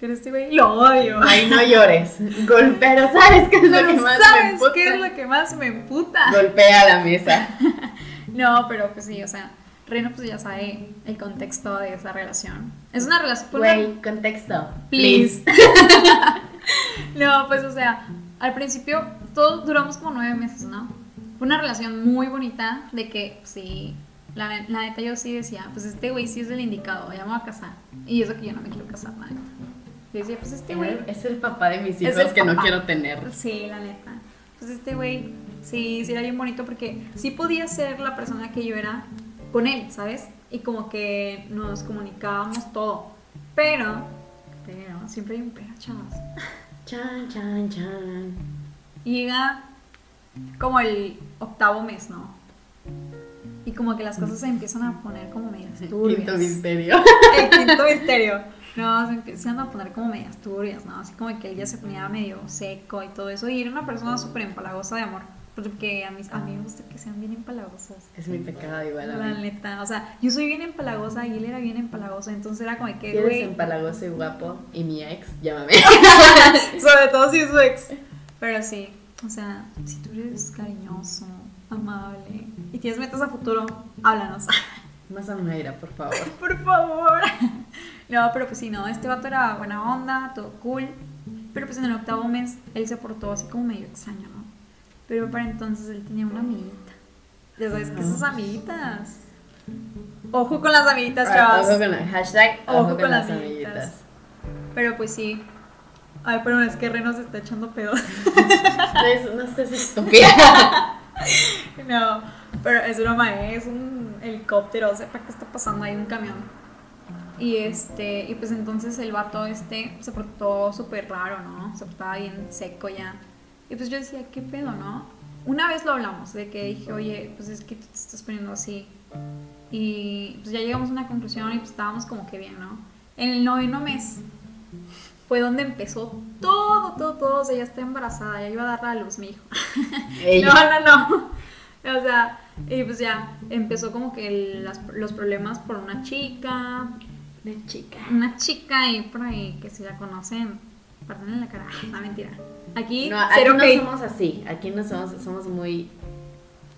Speaker 2: con este güey lo odio.
Speaker 3: Ay, no llores. Golpea, ¿sabes qué es lo
Speaker 2: Pero
Speaker 3: que más me
Speaker 2: [LAUGHS] ¿Sabes
Speaker 3: emputa?
Speaker 2: qué es lo que más me emputa?
Speaker 3: Golpea la mesa.
Speaker 2: No, pero pues sí, o sea, Reno pues ya sabe el contexto de esa relación. Es una relación... fue una-
Speaker 3: Güey, contexto.
Speaker 2: Please. No, pues o sea, al principio todos duramos como nueve meses, ¿no? Fue una relación muy bonita de que pues sí, la, ne- la neta yo sí decía, pues este güey sí es el indicado, ya me voy a casar. Y eso que yo no me quiero casar, la neta. Yo decía, pues este güey...
Speaker 3: Es el papá de mis
Speaker 2: Es
Speaker 3: hijos
Speaker 2: el
Speaker 3: que no
Speaker 2: papá.
Speaker 3: quiero tener.
Speaker 2: Sí, la neta. Pues este güey, sí, sí era bien bonito porque sí podía ser la persona que yo era con él, ¿sabes? Y como que nos comunicábamos todo. Pero, pero, siempre hay un pero, chavos.
Speaker 3: Chan, chan, chan.
Speaker 2: Y llega como el octavo mes, ¿no? Y como que las cosas se empiezan a poner como medias
Speaker 3: Quinto
Speaker 2: turbias.
Speaker 3: misterio.
Speaker 2: [LAUGHS] El quinto misterio. No, se empiezan a poner como medias turbias, ¿no? Así como que él ya se ponía medio seco y todo eso. Y era una persona súper empalagosa de amor. Porque a, mis, a mí me gusta que sean bien empalagosas.
Speaker 3: Es mi pecado igual a
Speaker 2: La
Speaker 3: mí.
Speaker 2: neta. O sea, yo soy bien empalagosa y él era bien empalagoso. Entonces era como
Speaker 3: Si
Speaker 2: que,
Speaker 3: eres
Speaker 2: güey.
Speaker 3: empalagoso y guapo y mi ex,
Speaker 2: [LAUGHS]
Speaker 3: llámame.
Speaker 2: Sobre todo si es su ex. Pero sí. O sea, si tú eres cariñoso, amable y tienes metas a futuro, háblanos.
Speaker 3: Más a Mayra, por favor.
Speaker 2: Por favor. [LAUGHS] No, pero pues sí, no, este vato era buena onda, todo cool. Pero pues en el octavo mes él se portó así como medio extraño, ¿no? Pero para entonces él tenía una amiguita. Ya sabes que esas amiguitas. Ojo con las amiguitas,
Speaker 3: Ah, Ojo
Speaker 2: chavas.
Speaker 3: con la hashtag, ojo, con, las
Speaker 2: amiguitas.
Speaker 3: amiguitas.
Speaker 2: Pero pues sí. Ay, pero es que Reno se está echando pedo.
Speaker 3: No, es- no estés estúpida.
Speaker 2: [LAUGHS] No, pero es broma, ¿eh? es un helicóptero, sepa qué está pasando ahí, un camión. Y este, y pues entonces el vato este se portó súper raro, ¿no? Se portaba bien seco ya. Y pues yo decía, ¿qué pedo, no? Una vez lo hablamos, de que dije, oye, pues es que tú te estás poniendo así. Y pues ya llegamos a una conclusión y pues estábamos como que bien, ¿no? En el noveno mes fue donde empezó todo, todo, todo. O sea, ya está embarazada, ya iba a dar a luz mi hijo. [LAUGHS] No,
Speaker 3: Ella.
Speaker 2: no, no. [LAUGHS] O sea, y pues ya empezó como que el- las- los problemas por una chica,
Speaker 3: De chica.
Speaker 2: una chica ahí por ahí que si la conocen, perdón en la cara, no mentira. Aquí,
Speaker 3: No, aquí
Speaker 2: cero
Speaker 3: no
Speaker 2: hate.
Speaker 3: somos así. Aquí no somos, somos muy.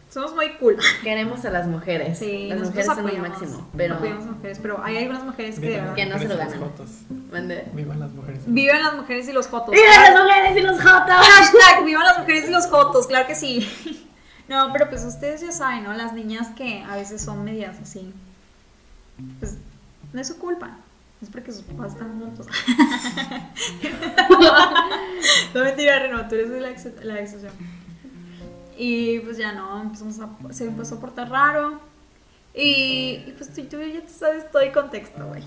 Speaker 2: somos muy cool.
Speaker 3: Queremos a las mujeres.
Speaker 2: Sí,
Speaker 3: las
Speaker 2: nosotros
Speaker 3: mujeres son lo
Speaker 2: apoyamos,
Speaker 3: máximo. Pero.
Speaker 2: apoyamos a las mujeres, pero hay algunas mujeres que de
Speaker 4: Vivan
Speaker 2: verdad
Speaker 4: las
Speaker 3: Que no se
Speaker 4: mujeres
Speaker 3: lo
Speaker 4: y los
Speaker 3: ganan.
Speaker 4: jotos.
Speaker 3: Mande.
Speaker 4: Vivan las mujeres.
Speaker 2: viven las mujeres y los jotos.
Speaker 3: ¡Viva las mujeres y los
Speaker 2: [LAUGHS]
Speaker 3: jotos!
Speaker 2: Hashtag, vivan las mujeres y los jotos, claro que sí. [LAUGHS] No, pero pues ustedes ya saben, ¿no? Las niñas que a veces son medias así. Pues no es su culpa. Es porque sus papás están juntos. [LAUGHS] no mentira, Reno, tú eres la, ex- la excepción. Y pues ya no, empezamos a, se empezó a portar raro. Y, y pues tú, tú ya sabes todo el contexto, güey.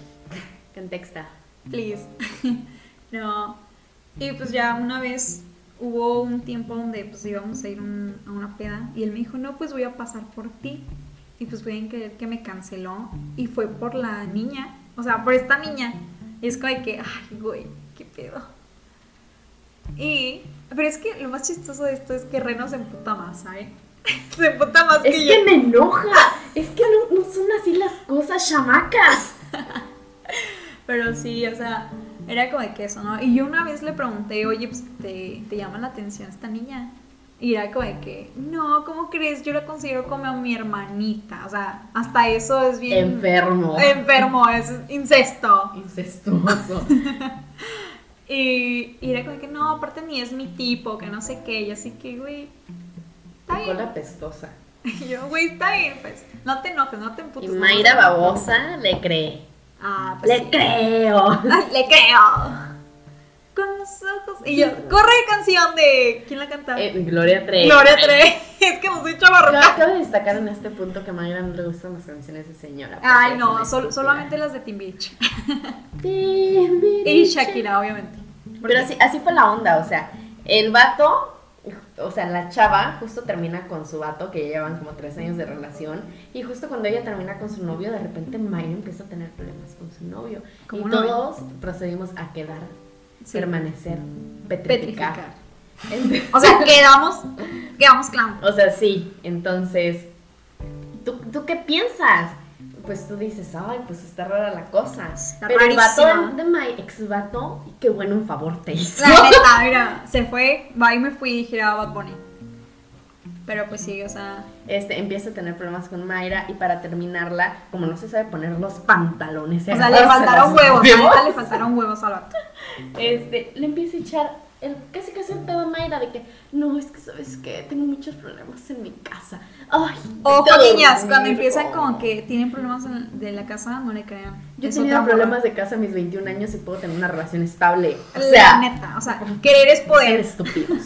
Speaker 3: Contexta.
Speaker 2: Please. [LAUGHS] no. Y pues ya una vez hubo un tiempo donde pues íbamos a ir un- a una peda y él me dijo, no, pues voy a pasar por ti. Y pues pueden creer que me canceló y fue por la niña, o sea, por esta niña. Y es como de que, ay, güey, qué pedo. Y, pero es que lo más chistoso de esto es que Reno se emputa más, ¿sabes? [LAUGHS] se emputa más
Speaker 3: Es
Speaker 2: que yo.
Speaker 3: que me enoja. Es que no, no son así las cosas, chamacas.
Speaker 2: Pero
Speaker 3: Mm.
Speaker 2: sí, o sea, era como de queso, ¿no? Y yo una vez le pregunté, oye, pues te, te llama la atención esta niña. Y era como de que, no, ¿cómo crees? Yo la considero como mi hermanita. O sea, hasta eso es bien.
Speaker 3: Enfermo.
Speaker 2: Enfermo, es incesto. [LAUGHS]
Speaker 3: Incestuoso.
Speaker 2: Y, y era como de que, no, aparte ni es mi tipo, que no sé qué. Y así que, güey. Está
Speaker 3: Con
Speaker 2: bien. [LAUGHS]
Speaker 3: la pestosa.
Speaker 2: Y yo, güey, está bien, pues. No te enojes, no te
Speaker 3: Y
Speaker 2: emputes. no
Speaker 3: Mayra
Speaker 2: seas-
Speaker 3: babosa le cree.
Speaker 2: Ah, pues.
Speaker 3: Le
Speaker 2: sí.
Speaker 3: creo.
Speaker 2: [LAUGHS] Le creo. Con los ojos. Y yo, corre canción de. ¿Quién la cantaba?
Speaker 3: Eh, Gloria Trevi.
Speaker 2: Gloria Trevi. [LAUGHS] Es que no soy chavarroca.
Speaker 3: Ca- Cabe destacar en este punto que a Mayra no le gustan las canciones de señora. porque
Speaker 2: Ay,
Speaker 3: es
Speaker 2: no,
Speaker 3: una
Speaker 2: sol-
Speaker 3: estúpida.
Speaker 2: solamente las de Team Beach.
Speaker 3: Timbiriche.
Speaker 2: Y Shakira, obviamente.
Speaker 3: Pero así, así fue la onda, o sea, el vato, o sea, la chava justo termina con su vato, que ya llevan como tres años de relación, y justo cuando ella termina con su novio, de repente Mayra empieza a tener problemas con su novio. Y
Speaker 2: ¿Cómo no?
Speaker 3: todos procedimos a quedar,
Speaker 2: Sí.
Speaker 3: permanecer, petrificar.
Speaker 2: Petrificar.
Speaker 3: Ent-
Speaker 2: O
Speaker 3: [LAUGHS]
Speaker 2: sea, quedamos. Quedamos clown.
Speaker 3: o sea, sí, entonces, ¿tú, tú qué piensas? Pues tú dices, ay, pues está rara la cosa.
Speaker 2: Está
Speaker 3: Pero el vato
Speaker 2: rarísima.
Speaker 3: de mi ex vato, qué bueno un favor te hizo.
Speaker 2: La neta, mira, se fue, va y me fui y dije, ah, Bad Bunny. Pero pues sí, o sea.
Speaker 3: este, empieza a tener problemas con Mayra y para terminarla, como no se sabe poner los pantalones,
Speaker 2: O sea, le faltaron huevos. La neta, le faltaron huevos al vato.
Speaker 3: Este, le empieza a echar el, casi casi el pedo a Mayra de que, no, es que sabes que tengo muchos problemas en mi casa. Ay,
Speaker 2: Ojo,
Speaker 3: vete a
Speaker 2: niñas,
Speaker 3: dormir.
Speaker 2: cuando empiezan
Speaker 3: Oh.
Speaker 2: con que tienen problemas en- de la casa, no le crean.
Speaker 3: Yo he
Speaker 2: Es
Speaker 3: tenido
Speaker 2: otra morra.
Speaker 3: problemas de casa a mis 21 años y puedo tener una relación estable. O
Speaker 2: la
Speaker 3: sea,
Speaker 2: neta, o sea, querer es
Speaker 3: ser
Speaker 2: poder.
Speaker 3: estúpidos.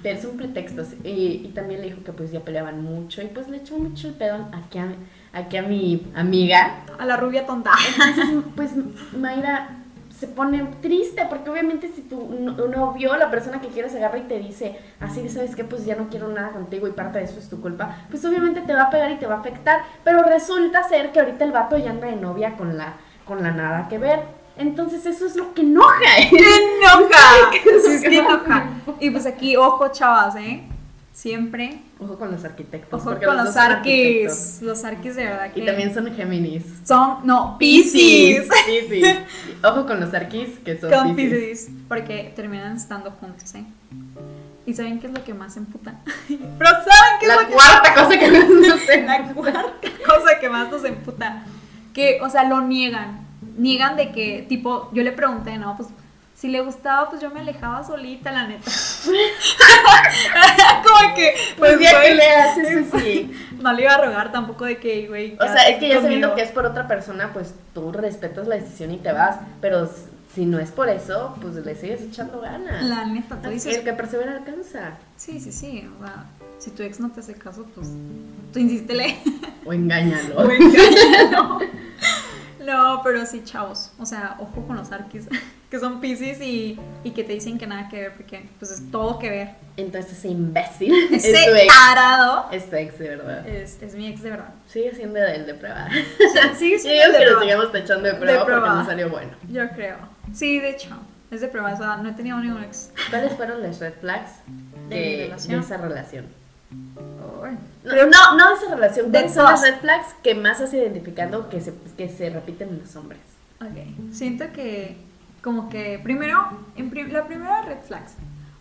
Speaker 3: Pero son pretextos. Y, y también le dijo que pues ya peleaban mucho y pues le echó mucho el pedo aquí a, aquí a mi amiga.
Speaker 2: A la rubia tonta.
Speaker 3: Entonces, pues Mayra se pone triste porque obviamente si tu no- novio, la persona que quieres agarra y te dice, así de sabes que pues ya no quiero nada contigo y parte de eso es tu culpa, pues obviamente te va a pegar y te va a afectar, pero resulta ser que ahorita el vato ya anda de novia con la con la nada que ver. Entonces, eso es lo
Speaker 2: [LAUGHS]
Speaker 3: que enoja.
Speaker 2: ¡Enoja! Sí, es [LAUGHS] que enoja. Y pues aquí, ojo, chavas, ¿eh? Siempre.
Speaker 3: Ojo con los arquitectos.
Speaker 2: Ojo
Speaker 3: Pues porque
Speaker 2: con
Speaker 3: dos
Speaker 2: los
Speaker 3: son arquitectos.
Speaker 2: arquis. Los arquis de verdad que.
Speaker 3: Y también son Géminis.
Speaker 2: son. No, piscis.
Speaker 3: Piscis. Ojo con los arquis que son
Speaker 2: Con
Speaker 3: Piscis.
Speaker 2: piscis. Porque terminan estando juntos, ¿eh? ¿Y saben qué es lo que más emputa? [LAUGHS] Pero ¿saben qué es
Speaker 3: La
Speaker 2: lo que
Speaker 3: cuarta cosa que [LAUGHS] no sé.
Speaker 2: la cuarta [LAUGHS] cosa que más nos emputa. Que, o sea, lo niegan. Niegan de que, tipo, yo le pregunté, ¿no? Pues si le gustaba, pues yo me alejaba solita, la neta. [LAUGHS] Como que,
Speaker 3: Pues
Speaker 2: pues
Speaker 3: ya que
Speaker 2: güey,
Speaker 3: le haces así.
Speaker 2: no le iba a rogar tampoco de que, güey.
Speaker 3: O sea, es que ya
Speaker 2: conmigo.
Speaker 3: sabiendo que es por otra persona, pues tú respetas la decisión y te vas. Pero s- si no es por eso, pues le sigues echando ganas.
Speaker 2: La neta, tú dices.
Speaker 3: El que persevera alcanza.
Speaker 2: Sí, sí, sí. O sea, si tu ex no te hace caso, pues tú insístele.
Speaker 3: O engáñalo.
Speaker 2: O engáñalo. [LAUGHS] No, pero sí, chavos. O sea, ojo con los arquis, [LAUGHS] que son piscis y, y que te dicen que nada que ver, porque pues es todo que ver.
Speaker 3: Entonces, ese imbécil.
Speaker 2: [LAUGHS]
Speaker 3: es
Speaker 2: Ese
Speaker 3: tu ex.
Speaker 2: tarado
Speaker 3: Es tu ex, de verdad.
Speaker 2: es, es mi ex de verdad.
Speaker 3: Sigue siendo el de prueba. [LAUGHS]
Speaker 2: Sigue
Speaker 3: Yo digo
Speaker 2: siendo de
Speaker 3: que lo
Speaker 2: prueba.
Speaker 3: sigamos techando de prueba,
Speaker 2: De prueba.
Speaker 3: porque no salió bueno.
Speaker 2: Yo creo. Sí, de hecho. Es de prueba, o sea, no he tenido ningún ex.
Speaker 3: ¿Cuáles fueron las red flags
Speaker 2: De
Speaker 3: que-
Speaker 2: mi relación.
Speaker 3: esa relación?
Speaker 2: Ay.
Speaker 3: No, no, no de esa relación.
Speaker 2: De
Speaker 3: ¿Cuáles son las
Speaker 2: todas.
Speaker 3: red flags que más has identificado que se, que se repiten en los hombres?
Speaker 2: Ok, siento que como que primero, en prim- la primera red flags,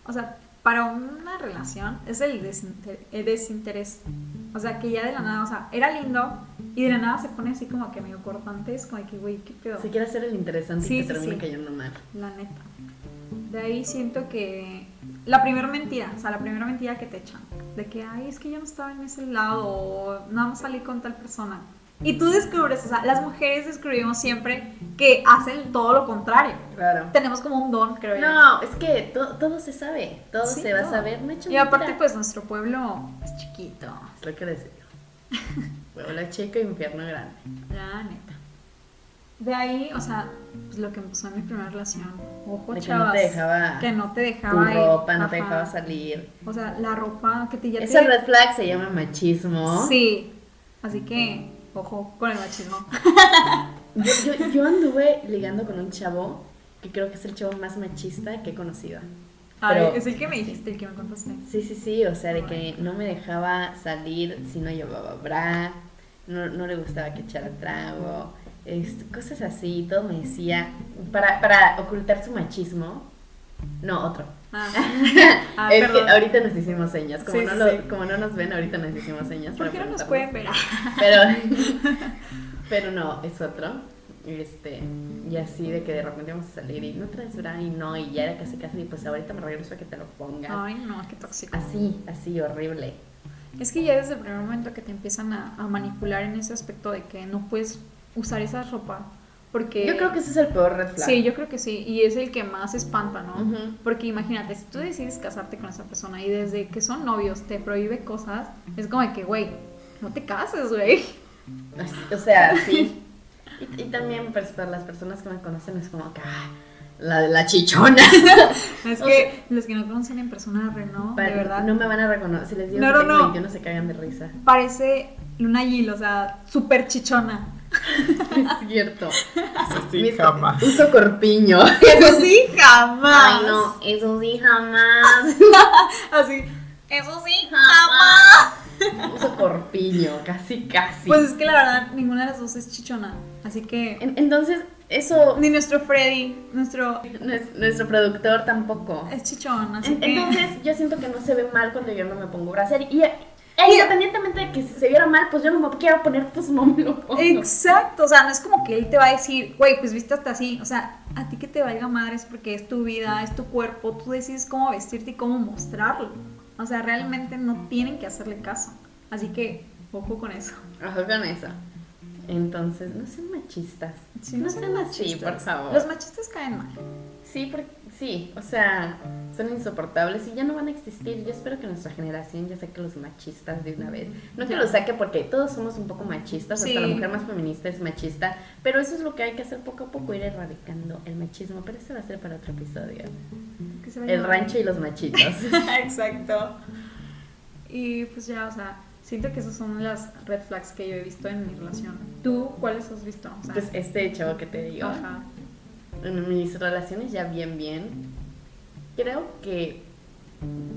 Speaker 2: o sea, para una relación es el, desinter- el desinterés. O sea, que ya de la nada, o sea, era lindo y de la nada se pone así como que medio cortante, es como que, güey, qué pedo.
Speaker 3: Si quieres ser el interesante
Speaker 2: Sí,
Speaker 3: y
Speaker 2: sí,
Speaker 3: te termine
Speaker 2: sí.
Speaker 3: cayendo mal.
Speaker 2: La neta. De ahí siento que la primera mentira, o sea, la primera mentira que te echan, de que, ay, es que yo no estaba en ese lado, o nada más salí con tal persona. Y tú descubres, o sea, las mujeres descubrimos siempre que hacen todo lo contrario.
Speaker 3: Claro.
Speaker 2: Tenemos como un don, creo yo.
Speaker 3: No, es que to- todo se sabe. Todo
Speaker 2: Sí,
Speaker 3: se va
Speaker 2: no.
Speaker 3: a saber. No he hecho
Speaker 2: Y aparte,
Speaker 3: mentira.
Speaker 2: pues nuestro pueblo es chiquito,
Speaker 3: Es lo que decía.
Speaker 2: [LAUGHS]
Speaker 3: Huevo la chica, infierno grande.
Speaker 2: la neta. De ahí, o sea, pues lo que empezó en mi primera relación. Ojo,
Speaker 3: De que no
Speaker 2: chavas.
Speaker 3: te dejaba
Speaker 2: que no te
Speaker 3: tu
Speaker 2: dejaba ir.
Speaker 3: ropa, no te
Speaker 2: Ajá.
Speaker 3: dejaba salir.
Speaker 2: O sea, la ropa que te ya
Speaker 3: Esa
Speaker 2: te-
Speaker 3: red flag se llama machismo.
Speaker 2: Sí. Así que, ojo con el machismo.
Speaker 3: Yo, yo- yo anduve ligando con un chavo que creo que es el chavo más machista que he conocido.
Speaker 2: Ay,
Speaker 3: Pero-
Speaker 2: es el que me dijiste, el que me
Speaker 3: [LAUGHS]
Speaker 2: contaste.
Speaker 3: Sí, sí, sí, o sea, de que no me dejaba salir si no llevaba bra, no, no le gustaba que echara trago, es- cosas así, todo me decía, para, para ocultar su machismo. No, otro.
Speaker 2: Ah, [LAUGHS] ah,
Speaker 3: es
Speaker 2: perdón.
Speaker 3: que ahorita nos hicimos señas, como,
Speaker 2: Sí,
Speaker 3: no
Speaker 2: sí,
Speaker 3: lo-
Speaker 2: sí.
Speaker 3: como no nos ven, ahorita nos hicimos señas.
Speaker 2: ¿Por
Speaker 3: para
Speaker 2: qué no nos
Speaker 3: preguntarnos.
Speaker 2: pueden ver? Ah,
Speaker 3: Pero,
Speaker 2: [LAUGHS]
Speaker 3: pero no, es otro. Este, y así de que de repente vamos a salir y no traes bra y no, y ya era casi casi, pues ahorita me regreso a que te lo pongas.
Speaker 2: Ay, no, qué tóxico.
Speaker 3: Así, así, horrible.
Speaker 2: Es que ya desde el primer momento que te empiezan a, a manipular en ese aspecto de que no puedes usar esa ropa. Porque.
Speaker 3: Yo creo que ese es el peor red flag.
Speaker 2: Sí, yo creo que sí. Y es el que más espanta, ¿no?
Speaker 3: Ujú.
Speaker 2: Porque imagínate, si tú decides casarte con esa persona y desde que son novios te prohíbe cosas, es como de que, güey, no te cases, güey. [LAUGHS]
Speaker 3: Así- O sea, sí. Y, y también pues, para las personas que me conocen es como que, ah, la, la chichona. [LAUGHS]
Speaker 2: Es
Speaker 3: O
Speaker 2: que los que no conocen en persona a Renault, de
Speaker 3: Para-
Speaker 2: verdad,
Speaker 3: No me van a reconocer. Si les digo
Speaker 2: No,
Speaker 3: que
Speaker 2: no,
Speaker 3: tengo
Speaker 2: no.
Speaker 3: 21 se cagan de risa. [LAUGHS]
Speaker 2: parece Luna Gil, o sea, súper
Speaker 3: [LAUGHS]
Speaker 2: chichona.
Speaker 3: Es cierto.
Speaker 4: Así
Speaker 3: Mis-
Speaker 4: jamás.
Speaker 3: Uso corpiño. [LAUGHS]
Speaker 2: Eso sí, jamás.
Speaker 3: Ay, no, eso sí, jamás.
Speaker 2: Así, eso sí, jamás.
Speaker 3: Jamás. Uso corpiño, casi, casi.
Speaker 2: Pues es que la verdad, ninguna de las dos es chichona. Así que,
Speaker 3: En- entonces, eso,
Speaker 2: ni nuestro Freddy, nuestro,
Speaker 3: nues- nuestro productor tampoco.
Speaker 2: es chichón, así
Speaker 3: En-
Speaker 2: que...
Speaker 3: Entonces, yo siento que no se ve mal cuando yo no me pongo brasier. Y, e independientemente de que si se viera mal, pues yo no me quiero poner, [LAUGHS] pues no me lo
Speaker 2: [LAUGHS]
Speaker 3: pongo.
Speaker 2: Exacto, o sea, no es como que él te va a decir, güey, pues viste hasta así, o sea, a ti que te valga madres porque es tu vida, es tu cuerpo, tú decides cómo vestirte y cómo mostrarlo. O sea, realmente no tienen que hacerle caso. Así que, ojo con eso.
Speaker 3: Ojo con eso. Entonces, no sean machistas.
Speaker 2: Sí,
Speaker 3: no, sean así, por favor.
Speaker 2: Los machistas caen mal.
Speaker 3: Sí, por- sí, o sea, son insoportables y ya no van a existir. Yo espero que nuestra generación ya saque los machistas de una vez. No que
Speaker 2: Ya.
Speaker 3: los saque porque todos somos un poco machistas,
Speaker 2: Sí.
Speaker 3: hasta la mujer más feminista es machista, pero eso es lo que hay que hacer poco a poco, ir erradicando el machismo. Pero ese va a ser para otro episodio.
Speaker 2: Que se vayan
Speaker 3: El
Speaker 2: mal.
Speaker 3: rancho y los machitos.
Speaker 2: Exacto. Y pues ya, o sea, siento que esas son las red flags que yo he visto en mi relación. ¿Tú cuáles has visto? O sea,
Speaker 3: Pues este chavo que te digo,
Speaker 2: ajá.
Speaker 3: en mis relaciones ya bien, bien, creo que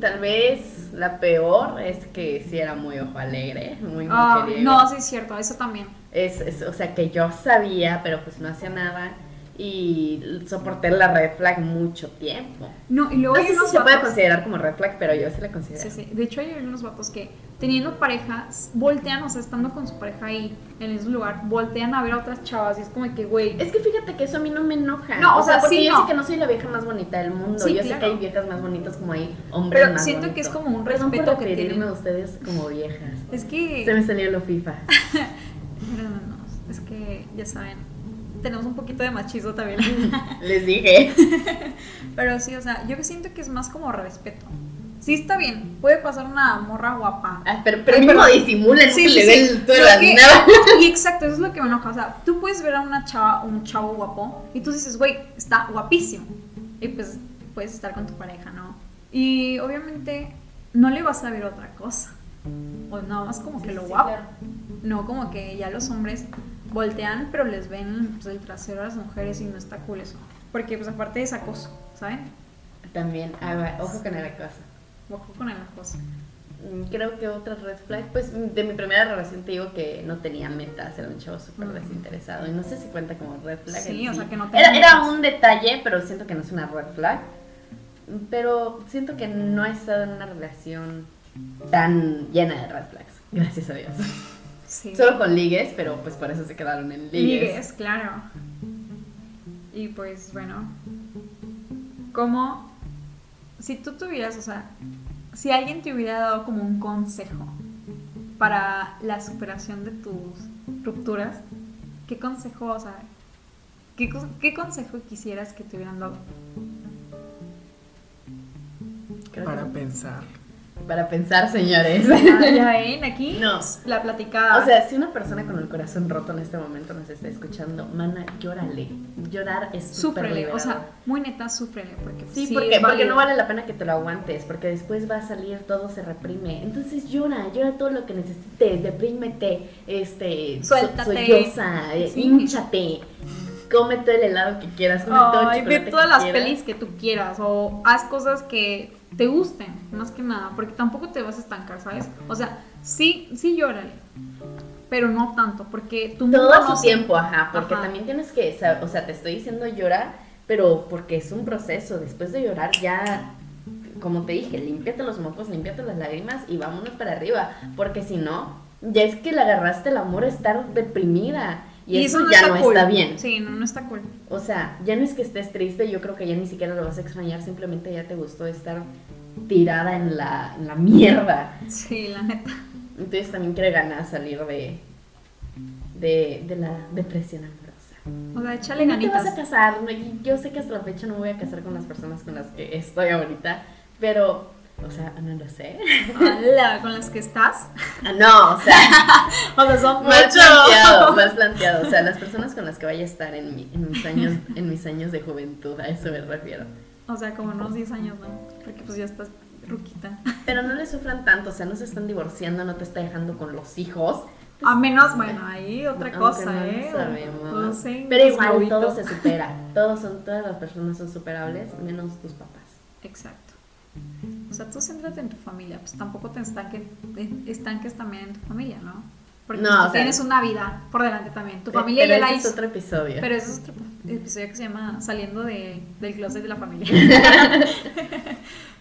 Speaker 3: tal vez la peor es que sí era muy ojo alegre, muy
Speaker 2: Ah,
Speaker 3: mujeriego.
Speaker 2: no, sí es cierto, eso también.
Speaker 3: Es, es- o sea, que yo sabía, pero pues no hacía nada y soporté la red flag mucho tiempo.
Speaker 2: No, y luego
Speaker 3: No
Speaker 2: hay
Speaker 3: sé si
Speaker 2: unos
Speaker 3: Ah, se puede
Speaker 2: vatos-
Speaker 3: considerar como red flag, pero yo sí la considero.
Speaker 2: Sí, sí. De hecho, hay unos vatos que teniendo pareja, s- voltean, o sea, estando con su pareja ahí en ese lugar, voltean a ver a otras chavas y es como que, güey,
Speaker 3: Es que fíjate que eso a mí no me enoja.
Speaker 2: No, o sea,
Speaker 3: porque
Speaker 2: sí,
Speaker 3: yo
Speaker 2: no.
Speaker 3: sé que no soy la vieja más bonita del mundo.
Speaker 2: Sí,
Speaker 3: yo sé
Speaker 2: claro.
Speaker 3: que hay viejas más bonitas como hay hombres
Speaker 2: pero
Speaker 3: más
Speaker 2: siento que
Speaker 3: bonitos.
Speaker 2: es como un
Speaker 3: Perdón
Speaker 2: respeto
Speaker 3: por
Speaker 2: que
Speaker 3: referirme
Speaker 2: tienen.
Speaker 3: a ustedes como viejas.
Speaker 2: Es
Speaker 3: Se
Speaker 2: que,
Speaker 3: me salió lo FIFA.
Speaker 2: [LAUGHS] perdónanos, es que, ya saben, tenemos un poquito de machismo
Speaker 3: [LAUGHS]
Speaker 2: también.
Speaker 3: Les dije.
Speaker 2: pero sí, o sea, yo siento que es más como respeto. sí está bien, puede pasar una morra guapa.
Speaker 3: Ah, pero, pero mismo disimula, no
Speaker 2: Sí,
Speaker 3: que
Speaker 2: sí,
Speaker 3: le
Speaker 2: sí.
Speaker 3: dé el todo
Speaker 2: Lo
Speaker 3: la
Speaker 2: que-
Speaker 3: nada.
Speaker 2: Y exacto, eso es lo que me enoja. O sea, tú puedes ver a una chava, un chavo guapo, y tú dices, güey, está guapísimo. Y pues puedes estar con tu pareja, ¿no? Y obviamente no le vas a ver otra cosa. O nada más como que lo guapo. No como que ya los hombres voltean, pero les ven pues, el trasero a las mujeres y no está cool eso. Porque pues aparte es acoso, ¿saben?
Speaker 3: También, ah, va, ojo con el acoso.
Speaker 2: Ojo con el acoso.
Speaker 3: Mm, Creo que otra red flag, pues mm, de mi primera relación te digo que no tenía metas, era un chavo súper
Speaker 2: Mm.
Speaker 3: desinteresado y no sé si cuenta como red flag.
Speaker 2: Sí,
Speaker 3: en
Speaker 2: o sea que no tenía
Speaker 3: era, era
Speaker 2: metas.
Speaker 3: un detalle, pero siento que no es una red flag. Pero siento que no he estado en una relación tan llena de red flags, gracias a Dios.
Speaker 2: Sí.
Speaker 3: Solo con ligues, pero pues por eso se quedaron en ligues.
Speaker 2: Ligues, claro. Y pues bueno, como si tú tuvieras, o sea, si alguien te hubiera dado como un consejo para la superación de tus rupturas, ¿qué consejo, o sea, qué, cos- qué consejo quisieras que te hubieran dado?
Speaker 3: Creo que-
Speaker 4: Para pensar.
Speaker 3: para pensar,
Speaker 2: [LAUGHS]
Speaker 3: señores.
Speaker 2: Ah, ya ven, aquí
Speaker 3: No.
Speaker 2: la platicada.
Speaker 3: O sea, si una persona con el corazón roto en este momento nos está escuchando, mana, llórale. Llorar es súper
Speaker 2: súfrele, o
Speaker 3: liberador.
Speaker 2: sea, muy neta, súfrele, porque
Speaker 3: Sí,
Speaker 2: sí
Speaker 3: porque,
Speaker 2: es
Speaker 3: porque
Speaker 2: válido.
Speaker 3: no vale la pena que te lo aguantes, porque después va a salir, todo se reprime. Entonces llora, llora todo lo que necesites, deprímete, este, so-
Speaker 2: Suéltate.
Speaker 3: solloza, eh,
Speaker 2: Sí.
Speaker 3: hínchate, cómete el helado que quieras, come todo el
Speaker 2: Ay, ve
Speaker 3: chocolate que
Speaker 2: todas las
Speaker 3: quieras.
Speaker 2: pelis que tú quieras o haz cosas que te gusten, más que nada, porque tampoco te vas a estancar, ¿sabes? O sea, sí, sí llórale, pero no tanto, porque tu mundo
Speaker 3: Todo a
Speaker 2: no
Speaker 3: su
Speaker 2: se-
Speaker 3: tiempo, ajá, porque
Speaker 2: Ajá.
Speaker 3: también tienes que, sa- o sea, te estoy diciendo llorar, pero porque es un proceso, después de llorar ya, como te dije, límpiate los mocos, límpiate las lágrimas y vámonos para arriba, porque si no, ya es que le agarraste el amor a estar deprimida y, eso, ya no
Speaker 2: cool.
Speaker 3: está bien.
Speaker 2: Sí, no, no está cool.
Speaker 3: O sea, ya no es que estés triste, yo creo que ya ni siquiera lo vas a extrañar, simplemente ya te gustó estar tirada en la, en la mierda.
Speaker 2: Sí, la neta.
Speaker 3: Entonces también quiere ganar salir de, de, de la depresión amorosa.
Speaker 2: O sea, échale
Speaker 3: No te vas a
Speaker 2: ganitas.
Speaker 3: casar, no, y yo sé que hasta la fecha no me voy a casar con las personas con las que estoy ahorita, pero, o sea, no lo sé.
Speaker 2: Ala, con las que estás.
Speaker 3: Ah, no, o [LAUGHS] sea,
Speaker 2: O sea, son
Speaker 3: más
Speaker 2: mucho.
Speaker 3: planteado, más planteado. O sea, las personas con las que vaya a estar en, mi- en, mis, [LAUGHS] años, en mis años de juventud, a eso me refiero.
Speaker 2: O sea, como unos 10 años, ¿no? Porque pues ya estás ruquita.
Speaker 3: Pero no le sufran tanto, o sea, no se están divorciando, no te está dejando con los hijos.
Speaker 2: A menos, bueno, ahí otra
Speaker 3: Aunque
Speaker 2: cosa,
Speaker 3: no lo
Speaker 2: ¿eh?
Speaker 3: sabemos.
Speaker 2: No sé,
Speaker 3: Pero
Speaker 2: los
Speaker 3: igual
Speaker 2: globitos.
Speaker 3: [LAUGHS] todo se supera. Todos son, todas las personas son superables, menos tus papás.
Speaker 2: Exacto. O sea, tú céntrate en tu familia, pues tampoco te estanques, estanques también en tu familia, ¿no? Porque
Speaker 3: No,
Speaker 2: pues, tú
Speaker 3: o sea-
Speaker 2: tienes una vida por delante también. Tu
Speaker 3: Pe-
Speaker 2: familia
Speaker 3: pero
Speaker 2: ya la
Speaker 3: ese
Speaker 2: hizo.
Speaker 3: es otro episodio.
Speaker 2: Pero ese es otro episodio que se llama Saliendo de- del closet de la familia.
Speaker 3: [LAUGHS]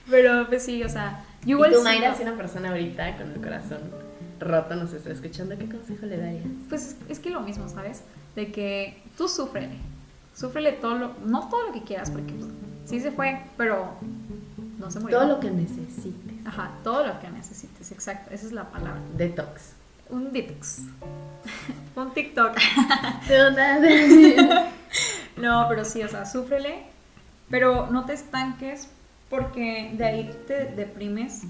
Speaker 2: pero pues sí, o sea, yo igual
Speaker 3: y tú,
Speaker 2: sí,
Speaker 3: Mayra,
Speaker 2: ¿no?
Speaker 3: si una persona ahorita con el corazón roto nos está escuchando, ¿qué consejo le darías?
Speaker 2: Pues es que lo mismo, ¿sabes? De que tú súfrele. Súfrele todo lo. No todo lo que quieras, porque pues, sí se fue, pero no se murió.
Speaker 3: Todo lo que necesites.
Speaker 2: Ajá, todo lo que necesites, exacto. Esa es la palabra.
Speaker 3: Detox.
Speaker 2: Un detox. [LAUGHS] Un TikTok. No, pero sí, o sea, súfrele, pero no te estanques porque de ahí te deprimes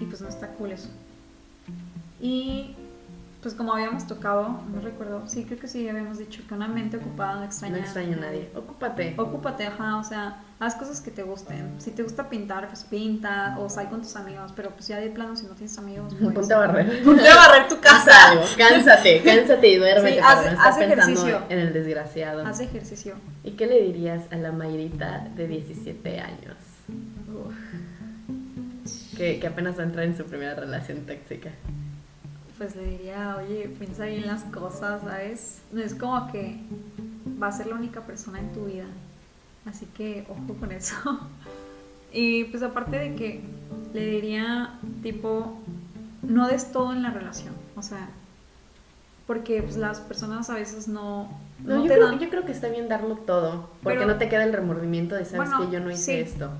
Speaker 2: y pues no está cool eso. Y pues como habíamos tocado, no recuerdo, sí, creo que sí habíamos dicho que una mente ocupada no extraña.
Speaker 3: no extraño a nadie. Ocúpate.
Speaker 2: Ocúpate, ajá, o sea, haz cosas que te gusten. Si te gusta pintar, pues pinta o sal con tus amigos, pero pues ya de plano si no tienes amigos, pues...
Speaker 3: Ponte a barrer.
Speaker 2: Ponte a barrer tu
Speaker 3: Haz
Speaker 2: casa.
Speaker 3: algo. [LAUGHS] Cánsate, cánsate y duérmete.
Speaker 2: Sí,
Speaker 3: para
Speaker 2: haz-
Speaker 3: no estar
Speaker 2: haz
Speaker 3: pensando
Speaker 2: ejercicio.
Speaker 3: En el desgraciado.
Speaker 2: Haz ejercicio.
Speaker 3: ¿Y qué le dirías a la Mayrita de 17 años? Que, que apenas va a entrar en su primera relación tóxica.
Speaker 2: Pues le diría, oye, piensa bien las cosas, ¿sabes? No es como que va a ser la única persona en tu vida. Así que ojo con eso. [LAUGHS] Y pues aparte de que le diría, tipo, no des todo en la relación. O sea, porque pues, las personas a veces no, no,
Speaker 3: No, yo,
Speaker 2: te
Speaker 3: creo,
Speaker 2: dan.
Speaker 3: yo creo que está bien darlo todo. Porque
Speaker 2: Pero-
Speaker 3: no te queda el remordimiento de sabes
Speaker 2: Bueno,
Speaker 3: que yo no hice
Speaker 2: sí.
Speaker 3: esto.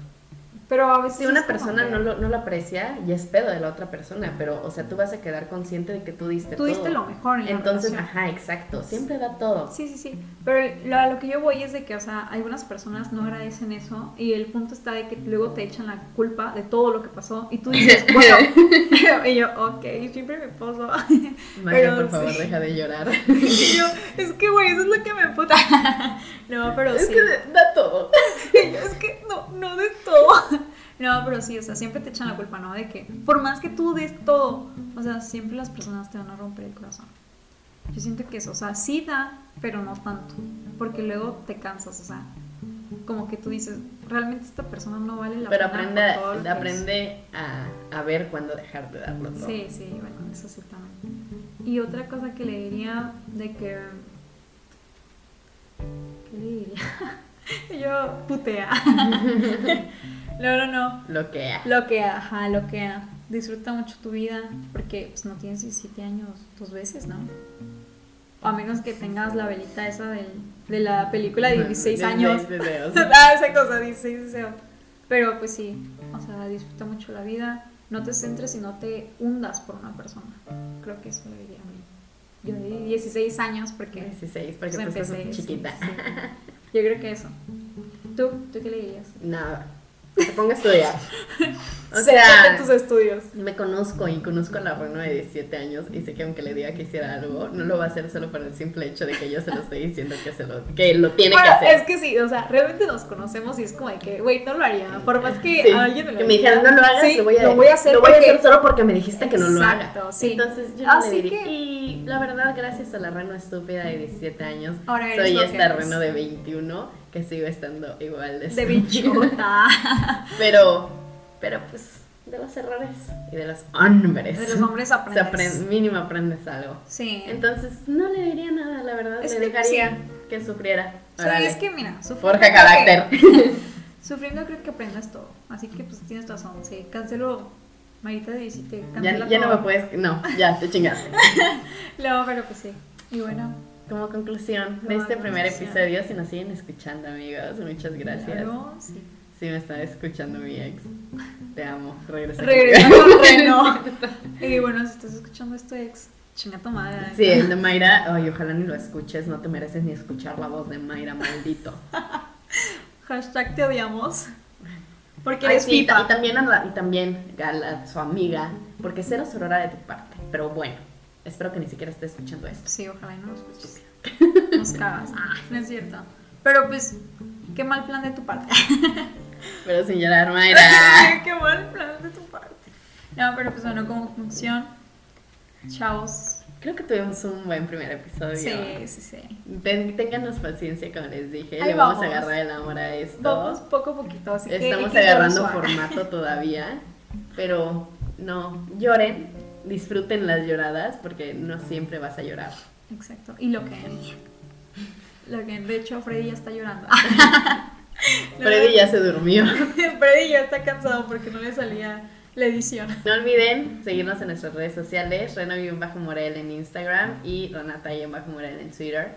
Speaker 2: Pero a veces.
Speaker 3: Si
Speaker 2: es
Speaker 3: una
Speaker 2: como
Speaker 3: persona
Speaker 2: que
Speaker 3: no lo, no lo aprecia, ya es pedo de la otra persona, pero, o sea, tú vas a quedar consciente de que tú diste
Speaker 2: Tú
Speaker 3: todo.
Speaker 2: diste lo mejor en la
Speaker 3: Entonces,
Speaker 2: relación.
Speaker 3: ajá, exacto, siempre da todo.
Speaker 2: Sí, sí, sí. Pero lo, a lo que yo voy es de que, o sea, algunas personas no agradecen eso y el punto está de que luego te echan la culpa de todo lo que pasó y tú
Speaker 3: [LAUGHS]
Speaker 2: dices, bueno, [LAUGHS] y yo, ok, siempre me poso. [LAUGHS]
Speaker 3: María,
Speaker 2: Pero
Speaker 3: por favor,
Speaker 2: sí.
Speaker 3: deja
Speaker 2: [LAUGHS]
Speaker 3: de llorar.
Speaker 2: y yo, es que, güey, eso es lo que me puta. [LAUGHS] no, pero
Speaker 3: es
Speaker 2: sí.
Speaker 3: que da todo.
Speaker 2: [LAUGHS] Y yo, es que no, no de todo. [LAUGHS] No, pero sí, o sea, siempre te echan la culpa, ¿no? De que por más que tú des todo, o sea, siempre las personas te van a romper el corazón. Yo siento que eso, o sea, sí da, pero no tanto, porque luego te cansas, o sea, como que tú dices, realmente esta persona no vale la pena.
Speaker 3: Pero
Speaker 2: por
Speaker 3: aprende,
Speaker 2: todo lo que
Speaker 3: aprende a, a ver cuándo dejar de darlo
Speaker 2: hizo".
Speaker 3: todo.
Speaker 2: Sí, sí, bueno, eso sí también. Y otra cosa que le diría de que... ¿Qué le diría? [LAUGHS] Yo putea. [LAUGHS] no, no, no.
Speaker 3: Lo que
Speaker 2: Lo que, ajá, lo que, ah, disfruta mucho tu vida, porque pues no tienes 17 años dos veces, ¿no? A menos que tengas la velita esa del- de la película de 16 años. [LAUGHS]
Speaker 3: deseos.
Speaker 2: ah, esa cosa, 16 deseos. Pero pues sí, o sea, disfruta mucho la vida, no te centres y no te hundas por una persona. Creo que eso lo diría a mí. Yo le di 16 años porque
Speaker 3: 16, porque
Speaker 2: pues,
Speaker 3: tú estás
Speaker 2: empecé. sí,
Speaker 3: chiquita.
Speaker 2: sí. Yo creo que eso. ¿Tú? ¿Tú qué le dirías?
Speaker 3: Nada, que te ponga
Speaker 2: [LAUGHS]
Speaker 3: a estudiar. O
Speaker 2: Céntrate en
Speaker 3: sea,
Speaker 2: tus estudios.
Speaker 3: me conozco
Speaker 2: Mm.
Speaker 3: y conozco a la Reno de 17 años y sé que aunque le diga que hiciera algo, no lo va a hacer solo por el simple hecho de que yo se lo estoy diciendo que, se lo, que lo tiene
Speaker 2: Bueno,
Speaker 3: que hacer.
Speaker 2: es que sí, o sea, realmente nos conocemos y es como de que, güey, no lo haría. Por más que
Speaker 3: Sí,
Speaker 2: alguien me lo
Speaker 3: que me
Speaker 2: dijera,
Speaker 3: dijeron, no lo hagas,
Speaker 2: sí,
Speaker 3: lo, voy a,
Speaker 2: lo voy a hacer
Speaker 3: lo voy a
Speaker 2: porque-
Speaker 3: hacer solo porque me dijiste que no lo haga.
Speaker 2: Exacto, sí.
Speaker 3: Entonces yo
Speaker 2: Así
Speaker 3: le diría,
Speaker 2: que-
Speaker 3: y la verdad, gracias a la reno estúpida de 17 años,
Speaker 2: Ahora eres
Speaker 3: soy
Speaker 2: lo que
Speaker 3: esta
Speaker 2: eres.
Speaker 3: reno de 21 que sigo estando igual de,
Speaker 2: de
Speaker 3: estúpida.
Speaker 2: bichota.
Speaker 3: [LAUGHS] Pero, pero pues, de los errores y de los hombres.
Speaker 2: De los hombres
Speaker 3: O sea,
Speaker 2: aprendes.
Speaker 3: apren- mínimo aprendes algo.
Speaker 2: Sí.
Speaker 3: Entonces, no le diría nada, la verdad.
Speaker 2: Es
Speaker 3: le
Speaker 2: que
Speaker 3: dejaría que sufriera.
Speaker 2: Sí,
Speaker 3: Órale.
Speaker 2: es que mira, sufriendo
Speaker 3: Forja
Speaker 2: creo
Speaker 3: carácter.
Speaker 2: que- sufriendo creo que aprendes todo. Así que pues tienes razón, sí. Cancelo, Marita de 17, cancela
Speaker 3: Ya, ya no
Speaker 2: todo.
Speaker 3: me puedes. No, ya, te chingaste.
Speaker 2: [LAUGHS] No, pero pues sí. Y bueno,
Speaker 3: Como conclusión de
Speaker 2: Como
Speaker 3: este primer
Speaker 2: conclusión.
Speaker 3: episodio, si nos siguen escuchando, amigos, muchas gracias.
Speaker 2: claro, sí.
Speaker 3: Si me está escuchando mi ex, te amo. Regresa.
Speaker 2: Regresa
Speaker 3: [LAUGHS]
Speaker 2: con Reno. Y bueno, si estás escuchando esto, ex, chinga tu madre. la
Speaker 3: Sí,
Speaker 2: neta.
Speaker 3: el de Mayra, ay, ojalá ni lo escuches, no te mereces ni escuchar la voz de
Speaker 2: [LAUGHS]
Speaker 3: Mayra, maldito.
Speaker 2: Hashtag te odiamos. Porque
Speaker 3: Ay,
Speaker 2: eres
Speaker 3: sí,
Speaker 2: pipa.
Speaker 3: y también, a la- y también a la- su amiga, porque cero sorora de tu parte. Pero bueno, espero que ni siquiera esté escuchando esto.
Speaker 2: Sí, ojalá y no nos escuches. Nos
Speaker 3: [LAUGHS]
Speaker 2: cagas. Ah, no es cierto. Pero pues, qué mal plan de tu parte.
Speaker 3: Pero sin llorar,
Speaker 2: [LAUGHS]
Speaker 3: Mayra.
Speaker 2: qué mal plan de tu parte. No, pero pues bueno, como conclusión, chavos.
Speaker 3: Creo que tuvimos un buen primer episodio.
Speaker 2: Sí, sí, sí.
Speaker 3: Ten- ténganos paciencia, como les dije.
Speaker 2: Ahí
Speaker 3: Le vamos,
Speaker 2: vamos.
Speaker 3: a agarrar el amor a esto.
Speaker 2: Vamos poco a poquito, así que. hay
Speaker 3: Estamos
Speaker 2: que llevarlo
Speaker 3: agarrando
Speaker 2: suave. [LAUGHS]
Speaker 3: formato todavía. Pero no, lloren. Disfruten las lloradas porque no siempre vas a llorar.
Speaker 2: Exacto. Y lo que. Lo que, de hecho, Freddy ya está llorando.
Speaker 3: [LAUGHS] Freddy ya se
Speaker 2: [LAUGHS]
Speaker 3: durmió. [LAUGHS]
Speaker 2: Freddy ya está cansado porque no le salía la edición.
Speaker 3: No olviden seguirnos en nuestras redes sociales, Reno-Morel en Instagram y Renata-Morel en Twitter.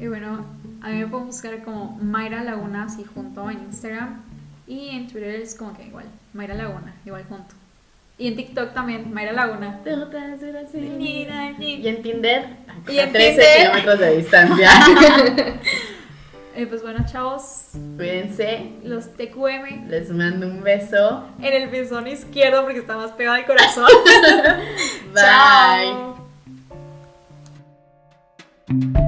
Speaker 2: Y bueno, a mí me pueden buscar como Mayra Laguna así junto en Instagram. Y en Twitter es como que igual, Mayra Laguna, igual junto. Y en TikTok también, Mayra Laguna.
Speaker 3: Y en Tinder,
Speaker 2: Y en
Speaker 3: a 13
Speaker 2: Tinder.
Speaker 3: kilómetros de distancia.
Speaker 2: [LAUGHS] Eh, pues bueno, chavos,
Speaker 3: Cuídense,
Speaker 2: los TQM
Speaker 3: les mando un beso.
Speaker 2: en el pezón izquierdo porque está más pegado al corazón.
Speaker 3: Bye.
Speaker 2: Chao.